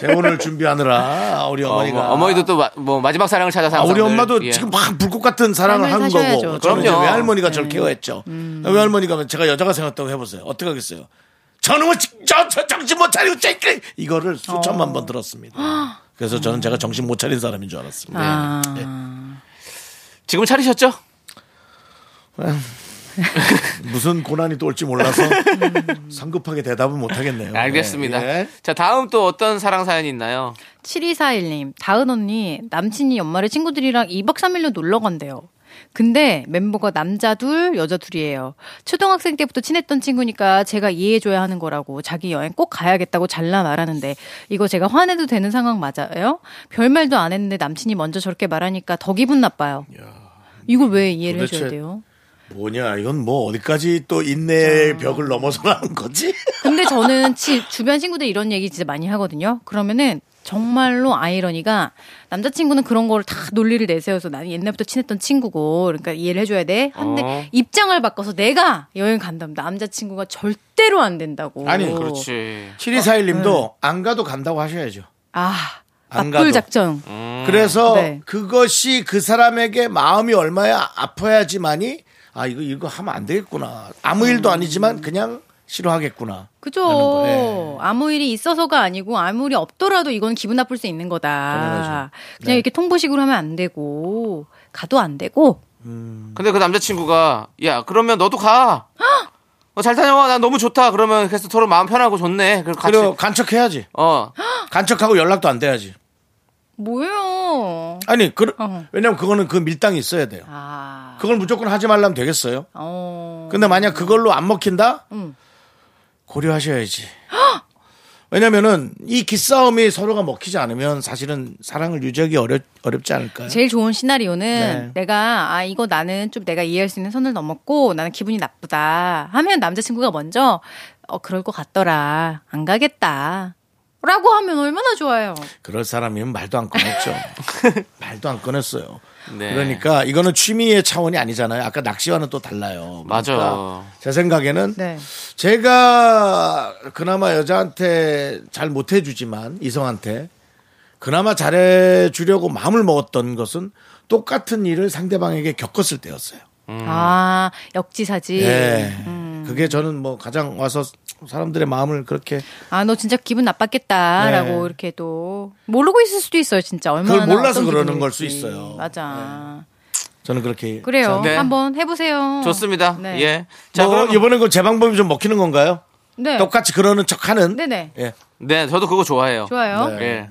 Speaker 1: 재혼을 준비하느라 우리 어머니가
Speaker 2: 어머, 어머니도 또 뭐 마지막 사랑을 찾아서
Speaker 1: 아, 우리
Speaker 2: 항상 늘,
Speaker 1: 엄마도
Speaker 2: 예.
Speaker 1: 지금 막 불꽃 같은 사랑을
Speaker 5: 삶을
Speaker 1: 한
Speaker 5: 사셔야죠. 네. 음.
Speaker 1: 거고. 저는 이제
Speaker 2: 그럼요.
Speaker 1: 외할머니가 저를 케어했죠. 외할머니가 제가 여자가 생겼다고 해보세요. 어떻게 하겠어요? 저놈은 지- 저, 저 정신 못 차리고 쟤끼 이거를 수천만
Speaker 5: 어.
Speaker 1: 번 들었습니다. 그래서 저는 제가 정신 못 차린 사람인 줄 알았습니다.
Speaker 5: 아.
Speaker 2: 지금 차리셨죠?
Speaker 1: 무슨 고난이 또 올지 몰라서
Speaker 5: 음.
Speaker 1: 성급하게 대답은 못 하겠네요.
Speaker 2: 알겠습니다.
Speaker 1: 예.
Speaker 2: 자, 다음 또 어떤 사랑 사연이 있나요?
Speaker 5: 7241님, 다은 언니, 남친이 연말에 친구들이랑 2박 3일로 놀러 간대요. 근데 멤버가 남자 둘, 여자 둘이에요. 초등학생 때부터 친했던 친구니까 제가 이해해줘야 하는 거라고 자기 여행 꼭 가야겠다고 잘라 말하는데 이거 제가 화내도 되는 상황 맞아요? 별말도 안 했는데 남친이 먼저 저렇게 말하니까 더 기분 나빠요. 이걸 왜 이해를
Speaker 1: 도대체-
Speaker 5: 해줘야 돼요?
Speaker 1: 뭐냐 이건 뭐 어디까지 또 인내의 벽을 넘어서라는 거지?
Speaker 2: 아,
Speaker 5: 근데 저는 지- 주변 친구들 이런 얘기 진짜 많이 하거든요. 그러면은 정말로 아이러니가 남자친구는 그런 거를 다 논리를 내세워서 나는 옛날부터 친했던 친구고 그러니까 이해를 해줘야 돼. 한데
Speaker 2: 어.
Speaker 5: 입장을 바꿔서 내가 여행 간다면 남자친구가 절대로 안 된다고.
Speaker 1: 아니,
Speaker 2: 그렇지.
Speaker 1: 7241님도 안 가도 간다고 하셔야죠.
Speaker 5: 아,
Speaker 1: 안
Speaker 5: 맞불
Speaker 1: 가도. 어.
Speaker 5: 작정.
Speaker 1: 그래서
Speaker 5: 네.
Speaker 1: 그것이 그 사람에게 마음이 얼마야 아파야지만이 아 이거 이거 하면 안 되겠구나 아무
Speaker 5: 음.
Speaker 1: 일도 아니지만 그냥 싫어하겠구나
Speaker 5: 그죠.
Speaker 1: 예.
Speaker 5: 아무 일이 있어서가 아니고 아무 일이 없더라도 이건 기분 나쁠 수 있는 거다.
Speaker 1: 네.
Speaker 5: 그냥 이렇게 통보식으로 하면 안 되고 가도 안 되고.
Speaker 2: 근데 그 남자친구가 야 그러면 너도 가. 어, 잘 다녀와 난 너무 좋다. 그러면 그래서 서로 마음 편하고 좋네. 그리고 같이
Speaker 1: 그리고 간척해야지
Speaker 2: 어
Speaker 1: 간척하고 연락도 안 돼야지
Speaker 5: 뭐예요?
Speaker 1: 아니 그
Speaker 5: 어.
Speaker 1: 왜냐면 그거는 그 밀당이 있어야 돼요
Speaker 5: 아.
Speaker 1: 그걸 무조건 하지 말라면 되겠어요
Speaker 5: 어.
Speaker 1: 근데 만약 그걸로 안 먹힌다?
Speaker 5: 음.
Speaker 1: 고려하셔야지. 왜냐면은 이 기싸움이 서로가 먹히지 않으면 사실은 사랑을 유지하기 어렵, 어렵지 않을까요?
Speaker 5: 네. 제일 좋은 시나리오는
Speaker 1: 네.
Speaker 5: 내가 아 이거 나는 좀 내가 이해할 수 있는 선을 넘었고 나는 기분이 나쁘다 하면 남자친구가 먼저 어 그럴 것 같더라 안 가겠다라고 하면 얼마나 좋아요.
Speaker 1: 그럴 사람이면 말도 안 꺼냈죠. 말도 안 꺼냈어요.
Speaker 2: 네.
Speaker 1: 그러니까 이거는 취미의 차원이 아니잖아요. 아까 낚시와는 또 달라요.
Speaker 2: 맞아.
Speaker 1: 그러니까 제 생각에는
Speaker 5: 네.
Speaker 1: 제가 그나마 여자한테 잘 못해주지만 이성한테 그나마 잘해주려고 마음을 먹었던 것은 똑같은 일을 상대방에게 겪었을 때였어요.
Speaker 5: 아 역지사지.
Speaker 1: 예. 그게 저는 뭐 가장 와서 사람들의 마음을 그렇게
Speaker 5: 아 너 진짜 기분 나빴겠다라고
Speaker 1: 네.
Speaker 5: 이렇게 또 모르고 있을 수도 있어요 진짜 얼마나
Speaker 1: 몰라서
Speaker 5: 어떤
Speaker 1: 그러는
Speaker 5: 기분일지.
Speaker 1: 걸수 있어요. 네.
Speaker 5: 맞아
Speaker 1: 저는 그렇게
Speaker 5: 그래요
Speaker 2: 네.
Speaker 5: 한번 해보세요
Speaker 2: 좋습니다.
Speaker 5: 네.
Speaker 2: 예. 자
Speaker 1: 자,
Speaker 2: 그럼
Speaker 1: 이번엔 그 제 방법이 좀 먹히는 건가요?
Speaker 5: 네
Speaker 1: 똑같이 그러는 척하는
Speaker 5: 네네
Speaker 1: 예.
Speaker 2: 네 저도 그거 좋아해요.
Speaker 5: 좋아요
Speaker 1: 네.
Speaker 2: 예.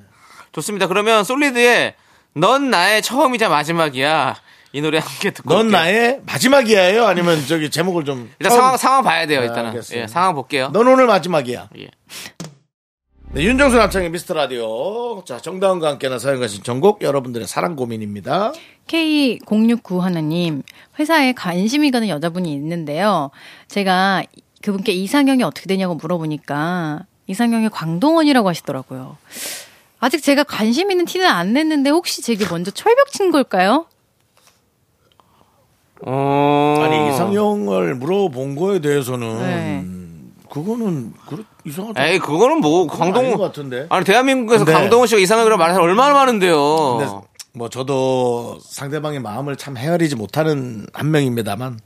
Speaker 2: 좋습니다. 그러면 솔리드의 넌 나의 처음이자 마지막이야. 이 노래 함께 듣고
Speaker 1: 넌
Speaker 2: 올게요.
Speaker 1: 나의 마지막이야예요? 아니면 저기 제목을 좀
Speaker 2: 일단
Speaker 1: 처음- 아,
Speaker 2: 상황 상황 봐야 돼요, 일단은.
Speaker 1: 알겠어요.
Speaker 2: 예, 상황 볼게요.
Speaker 1: 넌 오늘 마지막이야.
Speaker 2: 예.
Speaker 1: 네, 윤정수 남창의 미스터 라디오. 자, 정다운과 함께하는 사연과 신청곡 여러분들의 사랑 고민입니다.
Speaker 5: K069 하나님 회사에 관심이 가는 여자분이 있는데요 제가 그분께 이상형이 어떻게 되냐고 물어보니까 이상형이 광동원이라고 하시더라고요 아직 제가 관심 있는 티는 안 냈는데 혹시 제게 먼저 철벽 친 걸까요?
Speaker 2: 어... 네.
Speaker 1: 아니, 이상형을 물어본 거에 대해서는
Speaker 5: 네.
Speaker 2: 음.
Speaker 1: 그거는 그렇 이상하죠.
Speaker 2: 에이, 그거는 뭐
Speaker 1: 아닌 것
Speaker 2: 광동
Speaker 1: 같은데.
Speaker 2: 아니 대한민국에서
Speaker 1: 근데-
Speaker 2: 강동원 씨가 이상형이라고 말하는 사람 얼마나 많은데요.
Speaker 1: 근데 뭐 저도 상대방의 마음을 참 헤아리지 못하는 한 명입니다만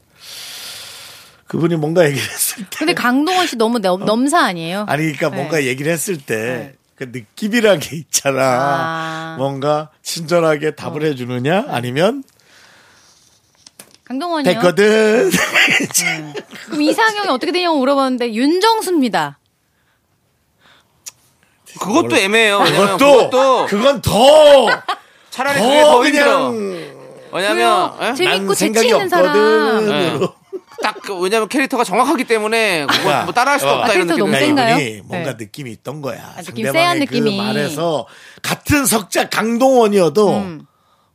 Speaker 1: 그분이 뭔가 얘기를 했을 때
Speaker 5: 근데 강동원 씨 너무 넘- 넘사 아니에요?
Speaker 1: 아니 그러니까
Speaker 5: 네.
Speaker 1: 뭔가 얘기를 했을 때 그 느낌이란 게 있잖아
Speaker 5: 아.
Speaker 1: 뭔가 친절하게 답을 해주느냐 아니면
Speaker 2: 네,
Speaker 5: 강동원이요.
Speaker 1: 됐거든
Speaker 5: 그럼 이상형이 어떻게 되냐고 물어봤는데 윤정수입니다.
Speaker 2: 그것도 애매해요. 왜냐면
Speaker 1: 그것도,
Speaker 2: 그것도
Speaker 1: 그건 더
Speaker 2: 차라리 그게
Speaker 1: 더
Speaker 2: 더 힘들어.
Speaker 1: 그냥
Speaker 2: 왜냐면 예?
Speaker 5: 재밌고
Speaker 1: 난
Speaker 5: 재치
Speaker 1: 생각이
Speaker 5: 있는 사람.
Speaker 2: 예.
Speaker 1: 없거든
Speaker 2: 딱그 왜냐면 캐릭터가 정확하기 때문에 그거
Speaker 1: 야,
Speaker 2: 뭐 따라할 수가
Speaker 1: 어.
Speaker 2: 없다
Speaker 5: 아,
Speaker 2: 이런
Speaker 5: 캐릭터
Speaker 2: 느낌.
Speaker 5: 너무
Speaker 1: 네,
Speaker 5: 센가? 센가요?
Speaker 1: 이분이 뭔가
Speaker 5: 네.
Speaker 1: 느낌이 있던 거야.
Speaker 5: 아, 느낌,
Speaker 1: 상대방의
Speaker 5: 쎄한 느낌이.
Speaker 1: 그 말에서 같은 석자 강동원이어도
Speaker 5: 음.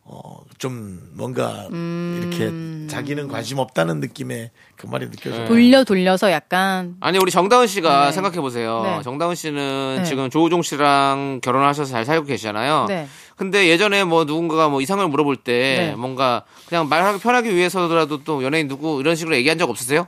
Speaker 1: 어, 좀 뭔가
Speaker 5: 음.
Speaker 1: 이렇게 자기는 관심 없다는 느낌의 그 말이 느껴져. 요
Speaker 5: 돌려 돌려서 약간
Speaker 2: 아니 우리 정다은 씨가
Speaker 5: 네.
Speaker 2: 생각해 보세요.
Speaker 5: 네.
Speaker 2: 정다은 씨는
Speaker 5: 네.
Speaker 2: 지금 조우종 씨랑 결혼하셔서 잘 살고 계시잖아요.
Speaker 5: 네.
Speaker 2: 근데 예전에 뭐 누군가가 뭐 이상을 물어볼 때
Speaker 5: 네.
Speaker 2: 뭔가 그냥 말하기 편하기 위해서라도 또 연예인 누구 이런 식으로 얘기한 적 없으세요?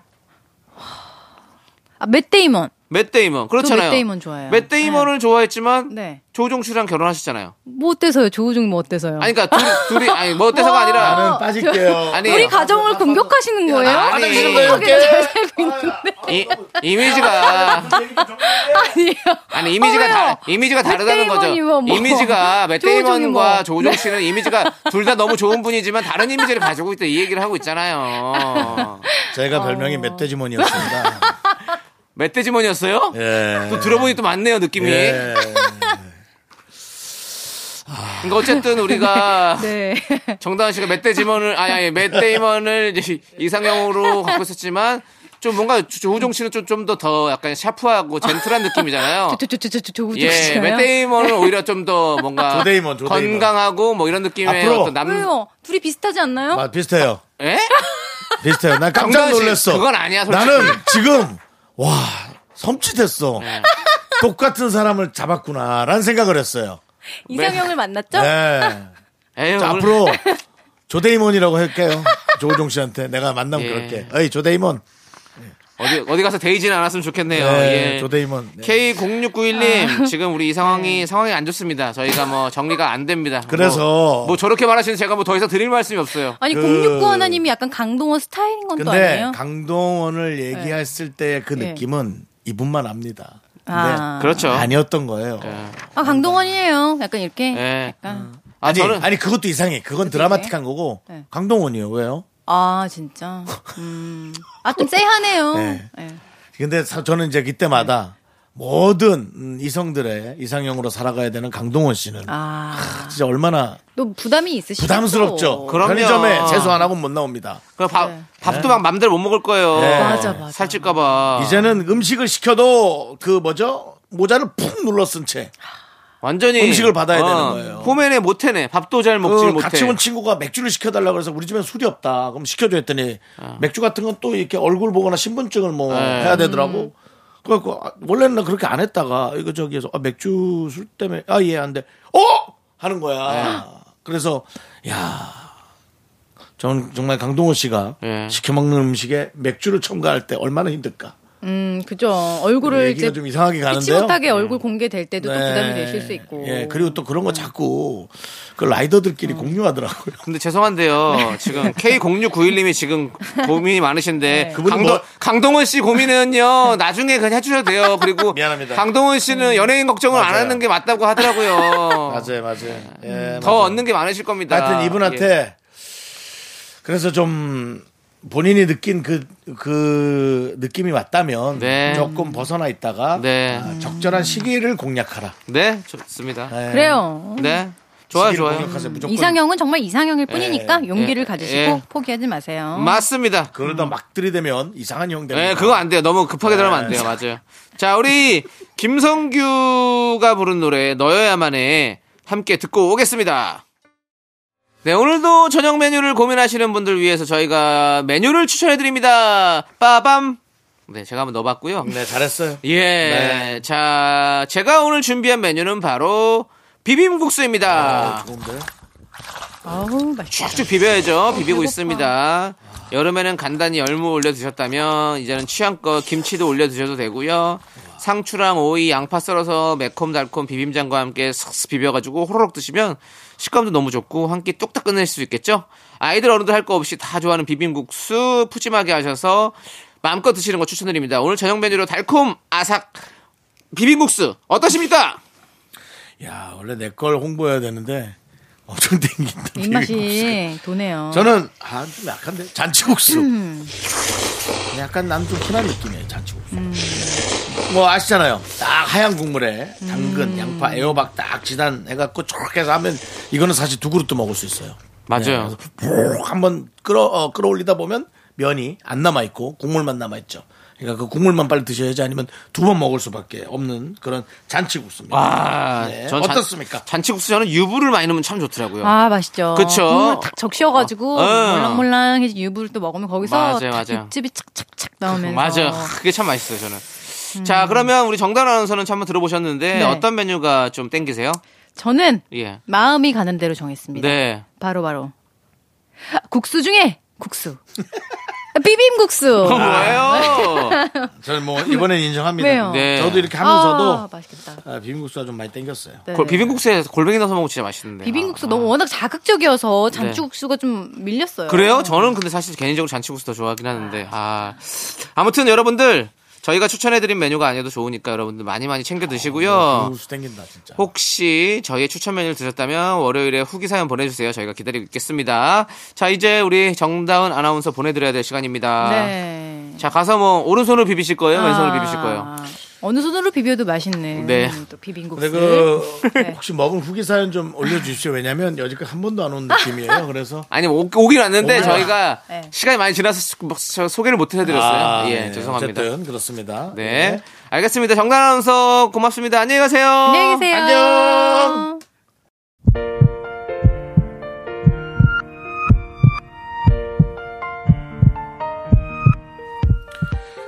Speaker 5: 아, 맷데이먼.
Speaker 2: 맷 데이먼 그렇잖아요.
Speaker 5: 맷 데이먼 좋아해요.
Speaker 2: 네. 맷 데이먼을 좋아했지만
Speaker 5: 네.
Speaker 2: 조우종 씨랑 결혼하셨잖아요.
Speaker 5: 뭐 어때서요? 조우종이 뭐 어때서요?
Speaker 2: 아니 그러니까 둘이, 둘이 아니 뭐 어때서가 아니라
Speaker 1: 나는 빠질게요.
Speaker 2: 아니
Speaker 5: 우리 가정을 공격하시는 거예요?
Speaker 2: 아니.
Speaker 1: 빠지는 거예요,
Speaker 5: 행복하게
Speaker 1: 이렇게?
Speaker 5: 잘 살고
Speaker 1: 아,
Speaker 5: 있는데
Speaker 2: 이, 이미지가
Speaker 1: 예.
Speaker 5: 아니에요.
Speaker 2: 아니 이미지가
Speaker 5: 어, 왜요?
Speaker 2: 다 이미지가 다르다는 거죠.
Speaker 5: 맷데이먼이 뭐, 뭐.
Speaker 2: 이미지가
Speaker 5: 조우종이 뭐.
Speaker 2: 맷데이먼과 조우종 씨는 이미지가 둘 다 너무 좋은 분이지만 다른 이미지를 가지고 있다 이 얘기를 하고 있잖아요.
Speaker 5: 어.
Speaker 1: 저희가 별명이 멧돼지몬이었습니다.
Speaker 2: 멧돼지먼이었어요?
Speaker 1: 예.
Speaker 2: 또 들어보니 또 맞네요 느낌이.
Speaker 1: 예.
Speaker 2: 그러니까 어쨌든 우리가
Speaker 5: 네.
Speaker 2: 정다은 씨가 멧돼지먼을 아니 아니 멧데이먼을 이제 이상형으로 갖고 있었지만 좀 뭔가 조- 조우종 씨는 좀 좀 더 더 약간 샤프하고 젠틀한 느낌이잖아요.
Speaker 5: 저저저저 조우종
Speaker 2: 예,
Speaker 5: 씨요.
Speaker 2: 멧데이먼은 오히려 좀 더 뭔가
Speaker 1: 조데이먼, 조데이먼.
Speaker 2: 건강하고 뭐 이런 느낌의
Speaker 1: 앞으로.
Speaker 2: 어떤 남
Speaker 5: 왜요? 둘이 비슷하지 않나요?
Speaker 1: 아, 비슷해요.
Speaker 2: 예?
Speaker 1: 비슷해요. 난 깜짝
Speaker 2: 정다은 씨,
Speaker 1: 놀랐어.
Speaker 2: 그건 아니야, 솔직히.
Speaker 1: 나는 지금 와 섬찟했어.
Speaker 2: 네.
Speaker 1: 똑같은 사람을 잡았구나라는 생각을 했어요.
Speaker 5: 이상형을 만났죠?
Speaker 1: 네.
Speaker 2: 에휴,
Speaker 1: 자,
Speaker 2: 오늘-
Speaker 1: 앞으로 조데이몬이라고 할게요. 조우종 씨한테 내가 만나면
Speaker 2: 예.
Speaker 1: 그럴게. 어이 조데이몬.
Speaker 2: 어디 어디 가서 데이지는 않았으면 좋겠네요.
Speaker 1: 네,
Speaker 2: 예.
Speaker 1: 조데이먼. 네.
Speaker 5: 아.
Speaker 2: K0691님 지금 우리 이
Speaker 5: 네.
Speaker 2: 상황이 상황이 안 좋습니다. 저희가 뭐 정리가 안 됩니다.
Speaker 1: 그래서-
Speaker 2: 뭐, 뭐 저렇게 말하시는 제가 뭐 더 이상 드릴 말씀이 없어요.
Speaker 5: 아니
Speaker 1: 그-
Speaker 5: 069 하나님이 약간 강동원 스타일인 건 또
Speaker 1: 근데
Speaker 5: 아니에요? 예.
Speaker 1: 강동원을 얘기했을 때의 그
Speaker 5: 네.
Speaker 1: 느낌은 이분만 압니다. 네.
Speaker 5: 아.
Speaker 2: 그렇죠.
Speaker 1: 아니었던 거예요.
Speaker 5: 아 강동원이에요. 약간 이렇게.
Speaker 2: 예.
Speaker 5: 약간.
Speaker 2: 아
Speaker 1: 아니,
Speaker 2: 저는
Speaker 1: 아니 그것도 이상해. 그건 드라마틱한 거고
Speaker 5: 네.
Speaker 1: 강동원이요. 왜요?
Speaker 5: 아 진짜. 음. 아좀 쎄하네요.
Speaker 1: 네.
Speaker 5: 예.
Speaker 1: 근데 사- 저는 이제 그때마다 모든 음, 이성들의 이상형으로 살아가야 되는 강동원 씨는
Speaker 5: 아.
Speaker 1: 진짜 얼마나
Speaker 5: 또 부담이 있으시죠?
Speaker 1: 부담스럽죠.
Speaker 2: 그럼요.
Speaker 1: 편의점에 세수 안 하고 못 나옵니다.
Speaker 2: 그 밥,
Speaker 5: 네.
Speaker 2: 밥도 막 맘대로 못 먹을 거예요.
Speaker 1: 네.
Speaker 5: 맞아 맞아.
Speaker 2: 살찔까봐.
Speaker 1: 이제는 음식을 시켜도 그 뭐죠? 모자를 푹 눌러 쓴 채.
Speaker 2: 완전히 어,
Speaker 1: 음식을 받아야 되는 거예요.
Speaker 2: 포맨에 못해네. 밥도 잘 먹지
Speaker 1: 그
Speaker 2: 못해.
Speaker 1: 같이 온 친구가 맥주를 시켜달라 그래서 우리 집엔 술이 없다. 그럼 시켜줘 했더니 맥주 같은 건 또 이렇게 얼굴 보거나 신분증을 뭐
Speaker 2: 아. 네.
Speaker 1: 해야 되더라고. 그래갖고 아, 원래는 나 그렇게 안 했다가 이거 저기에서 아, 맥주 술 때문에 아 예 안 돼. 어 하는 거야.
Speaker 2: 네.
Speaker 1: 그래서 야. 저는 정말 강동원 씨가
Speaker 2: 네.
Speaker 1: 시켜 먹는 음식에 맥주를 첨가할 때 얼마나 힘들까.
Speaker 5: 음 그죠. 얼굴을
Speaker 1: 얘기가
Speaker 5: 이제
Speaker 1: 좀 이상하게
Speaker 5: 피치
Speaker 1: 가는데요. 음.
Speaker 5: 못하게 얼굴 공개될 때도 또
Speaker 1: 네.
Speaker 5: 부담이 되실 수 있고. 음.
Speaker 1: 예, 그리고 또 그런 거 자꾸 그 라이더들끼리 공유하더라고요.
Speaker 2: 근데 죄송한데요. 지금 K0691님이 지금 고민이 많으신데
Speaker 1: 그분은
Speaker 2: 강동,
Speaker 1: 뭐-
Speaker 2: 강동원 씨 고민은요. 나중에 그냥 해주셔도 돼요. 그리고
Speaker 1: 미안합니다.
Speaker 2: 강동원 씨는 연예인 걱정을 안
Speaker 1: 맞아요.
Speaker 2: 하는 게 맞다고 하더라고요.
Speaker 1: 맞아요, 맞아요. 예,
Speaker 2: 더
Speaker 1: 맞아요.
Speaker 2: 얻는 게 많으실 겁니다.
Speaker 1: 하여튼 이분한테
Speaker 2: 음. 예.
Speaker 1: 그래서 좀 본인이 느낀 그, 그 느낌이 맞다면
Speaker 2: 네.
Speaker 1: 조금 벗어나 있다가
Speaker 2: 네.
Speaker 1: 아, 적절한 시기를 공략하라.
Speaker 2: 네 좋습니다.
Speaker 1: 예.
Speaker 5: 그래요.
Speaker 2: 네 좋아
Speaker 1: 시기를
Speaker 2: 좋아요. 음.
Speaker 1: 공략하세요, 무조건.
Speaker 5: 이상형은 정말 이상형일 뿐이니까 용기를
Speaker 2: 예,
Speaker 5: 가지시고
Speaker 2: 예.
Speaker 5: 포기하지 마세요.
Speaker 2: 맞습니다.
Speaker 1: 그러다 막 들이대면 이상한 형 됩니다.
Speaker 2: 네, 그거 안 돼요. 너무 급하게 들으면 안 돼요. 맞아요. 자, 우리 김성규가 부른 노래 너여야만에 함께 듣고 오겠습니다. 네, 오늘도 저녁 메뉴를 고민하시는 분들 위해서 저희가 메뉴를 추천해 드립니다. 빠밤. 네, 제가 한번 넣어봤고요.
Speaker 1: 네, 잘했어요.
Speaker 2: 예.
Speaker 1: 네.
Speaker 2: 자, 제가 오늘 준비한 메뉴는 바로 비빔국수입니다.
Speaker 1: 좋은데?
Speaker 5: 아우 맛있다.
Speaker 2: 쭉쭉 비벼야죠. 비비고
Speaker 5: 배고파.
Speaker 2: 있습니다. 여름에는 간단히 열무 올려 드셨다면 이제는 취향껏 김치도 올려 드셔도 되고요. 상추랑 오이, 양파 썰어서 매콤달콤 비빔장과 함께 슥슥 비벼가지고 호로록 드시면 식감도 너무 좋고 한 끼 뚝딱 끝낼 수 있겠죠. 아이들 어른들 할 거 없이 다 좋아하는 비빔국수 푸짐하게 하셔서 마음껏 드시는 거 추천드립니다. 오늘 저녁 메뉴로 달콤 아삭 비빔국수 어떠십니까?
Speaker 1: 야, 원래 내 걸 홍보해야 되는데 엄청 땡긴다. 아, 비빔국수.
Speaker 5: 입맛이 도네요.
Speaker 1: 저는 아, 좀 약한데 잔치국수.
Speaker 2: 음.
Speaker 1: 네, 약간 난좀 흔한 느낌이에요 잔치국수.
Speaker 2: 음.
Speaker 1: 뭐 아시잖아요. 딱 하얀 국물에 당근,
Speaker 2: 음.
Speaker 1: 양파, 애호박 딱 지단 해갖고 저렇게 해서 하면 이거는 사실 두 그릇도 먹을 수 있어요.
Speaker 2: 맞아요.
Speaker 1: 네, 푹 한번 끌어 어, 끌어올리다 보면 면이 안 남아 있고 국물만 남아 있죠. 그러니까 그 국물만 빨리 드셔야지 아니면 두 번 먹을 수밖에 없는 그런 잔치국수입니다.
Speaker 2: 와,
Speaker 1: 네.
Speaker 2: 전 잔-
Speaker 1: 어떻습니까?
Speaker 2: 잔치국수 저는 유부를 많이 넣으면 참 좋더라고요.
Speaker 5: 아 맛있죠.
Speaker 2: 그쵸?
Speaker 5: 국물 탁 적셔가지고
Speaker 2: 어. 어.
Speaker 5: 몰랑몰랑해서 유부를 또 먹으면 거기서
Speaker 2: 맞아요,
Speaker 5: 탁
Speaker 2: 맞아요.
Speaker 5: 육즙이 착착착 나오면서 음.
Speaker 2: 맞아. 그게 참 맛있어요, 저는. 자, 그러면 우리 정단 아나운서는 참 한번 들어보셨는데
Speaker 5: 네.
Speaker 2: 어떤 메뉴가 좀 땡기세요?
Speaker 5: 저는
Speaker 2: 예.
Speaker 5: 마음이 가는 대로 정했습니다.
Speaker 2: 네.
Speaker 5: 바로 바로 국수 중에 국수
Speaker 1: 어,
Speaker 2: 어,
Speaker 5: 비빔국수. 네.
Speaker 2: 뭐예요?
Speaker 1: 저는 뭐 이번엔 인정합니다.
Speaker 5: 왜요?
Speaker 2: 네.
Speaker 1: 저도 이렇게 하면서도
Speaker 5: 아, 맛있겠다.
Speaker 1: 아, 비빔국수가 좀 많이 땡겼어요.
Speaker 5: 네.
Speaker 2: 골- 비빔국수에 골뱅이 넣어서 먹으면 진짜 맛있는데.
Speaker 5: 비빔국수
Speaker 2: 아,
Speaker 5: 너무
Speaker 2: 아.
Speaker 5: 워낙 자극적이어서 잔치국수가 좀 밀렸어요.
Speaker 2: 그래요? 저는 근데 사실 개인적으로 잔치국수 더 좋아하긴 하는데. 아. 아무튼 여러분들 저희가 추천해드린 메뉴가 아니어도 좋으니까 여러분들 많이 많이 챙겨 드시고요.
Speaker 1: 비빔국수 땡긴다 진짜.
Speaker 2: 혹시 저희의 추천 메뉴를 드셨다면 월요일에 후기 사연 보내주세요. 저희가 기다리고 있겠습니다. 자, 이제 우리 정다은 아나운서 보내드려야 될 시간입니다.
Speaker 5: 네.
Speaker 2: 자 가서 뭐 오른손으로 비비실 거예요, 왼손으로
Speaker 5: 아,
Speaker 2: 비비실 거예요.
Speaker 5: 어느 손으로 비벼도 맛있는
Speaker 2: 네.
Speaker 5: 또 비빔국수.
Speaker 1: 근데 그
Speaker 5: 네.
Speaker 1: 혹시 먹은 후기 사연 좀 올려주십시오. 왜냐면 여지껏 한 번도 안 온 느낌이에요. 그래서
Speaker 2: 아니 뭐 오, 오긴 왔는데
Speaker 1: 오긴
Speaker 2: 저희가
Speaker 5: 네.
Speaker 2: 시간이 많이 지나서 수- 뭐, 저 소개를 못 해드렸어요.
Speaker 1: 아,
Speaker 2: 예,
Speaker 1: 네.
Speaker 2: 죄송합니다.
Speaker 1: 어쨌든 그렇습니다.
Speaker 2: 네. 알겠습니다. 정단 아나운서 고맙습니다. 안녕히 가세요.
Speaker 5: 안녕히 계세요.
Speaker 2: 안녕.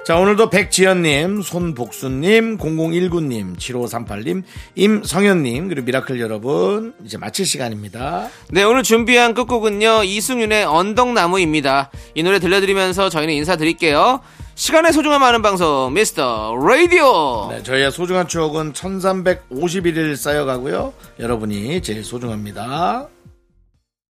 Speaker 1: 자 오늘도 백지연님, 손복수님, 0019님, 7538님, 임성현님 그리고 미라클 여러분 이제 마칠 시간입니다.
Speaker 2: 네, 오늘 준비한 끝곡은요, 이승윤의 언덕나무입니다. 이 노래 들려드리면서 저희는 인사드릴게요. 시간의 소중함 아는 방송 미스터 라디오
Speaker 1: 네, 저희의 소중한 추억은 1351일 쌓여가고요. 여러분이 제일 소중합니다.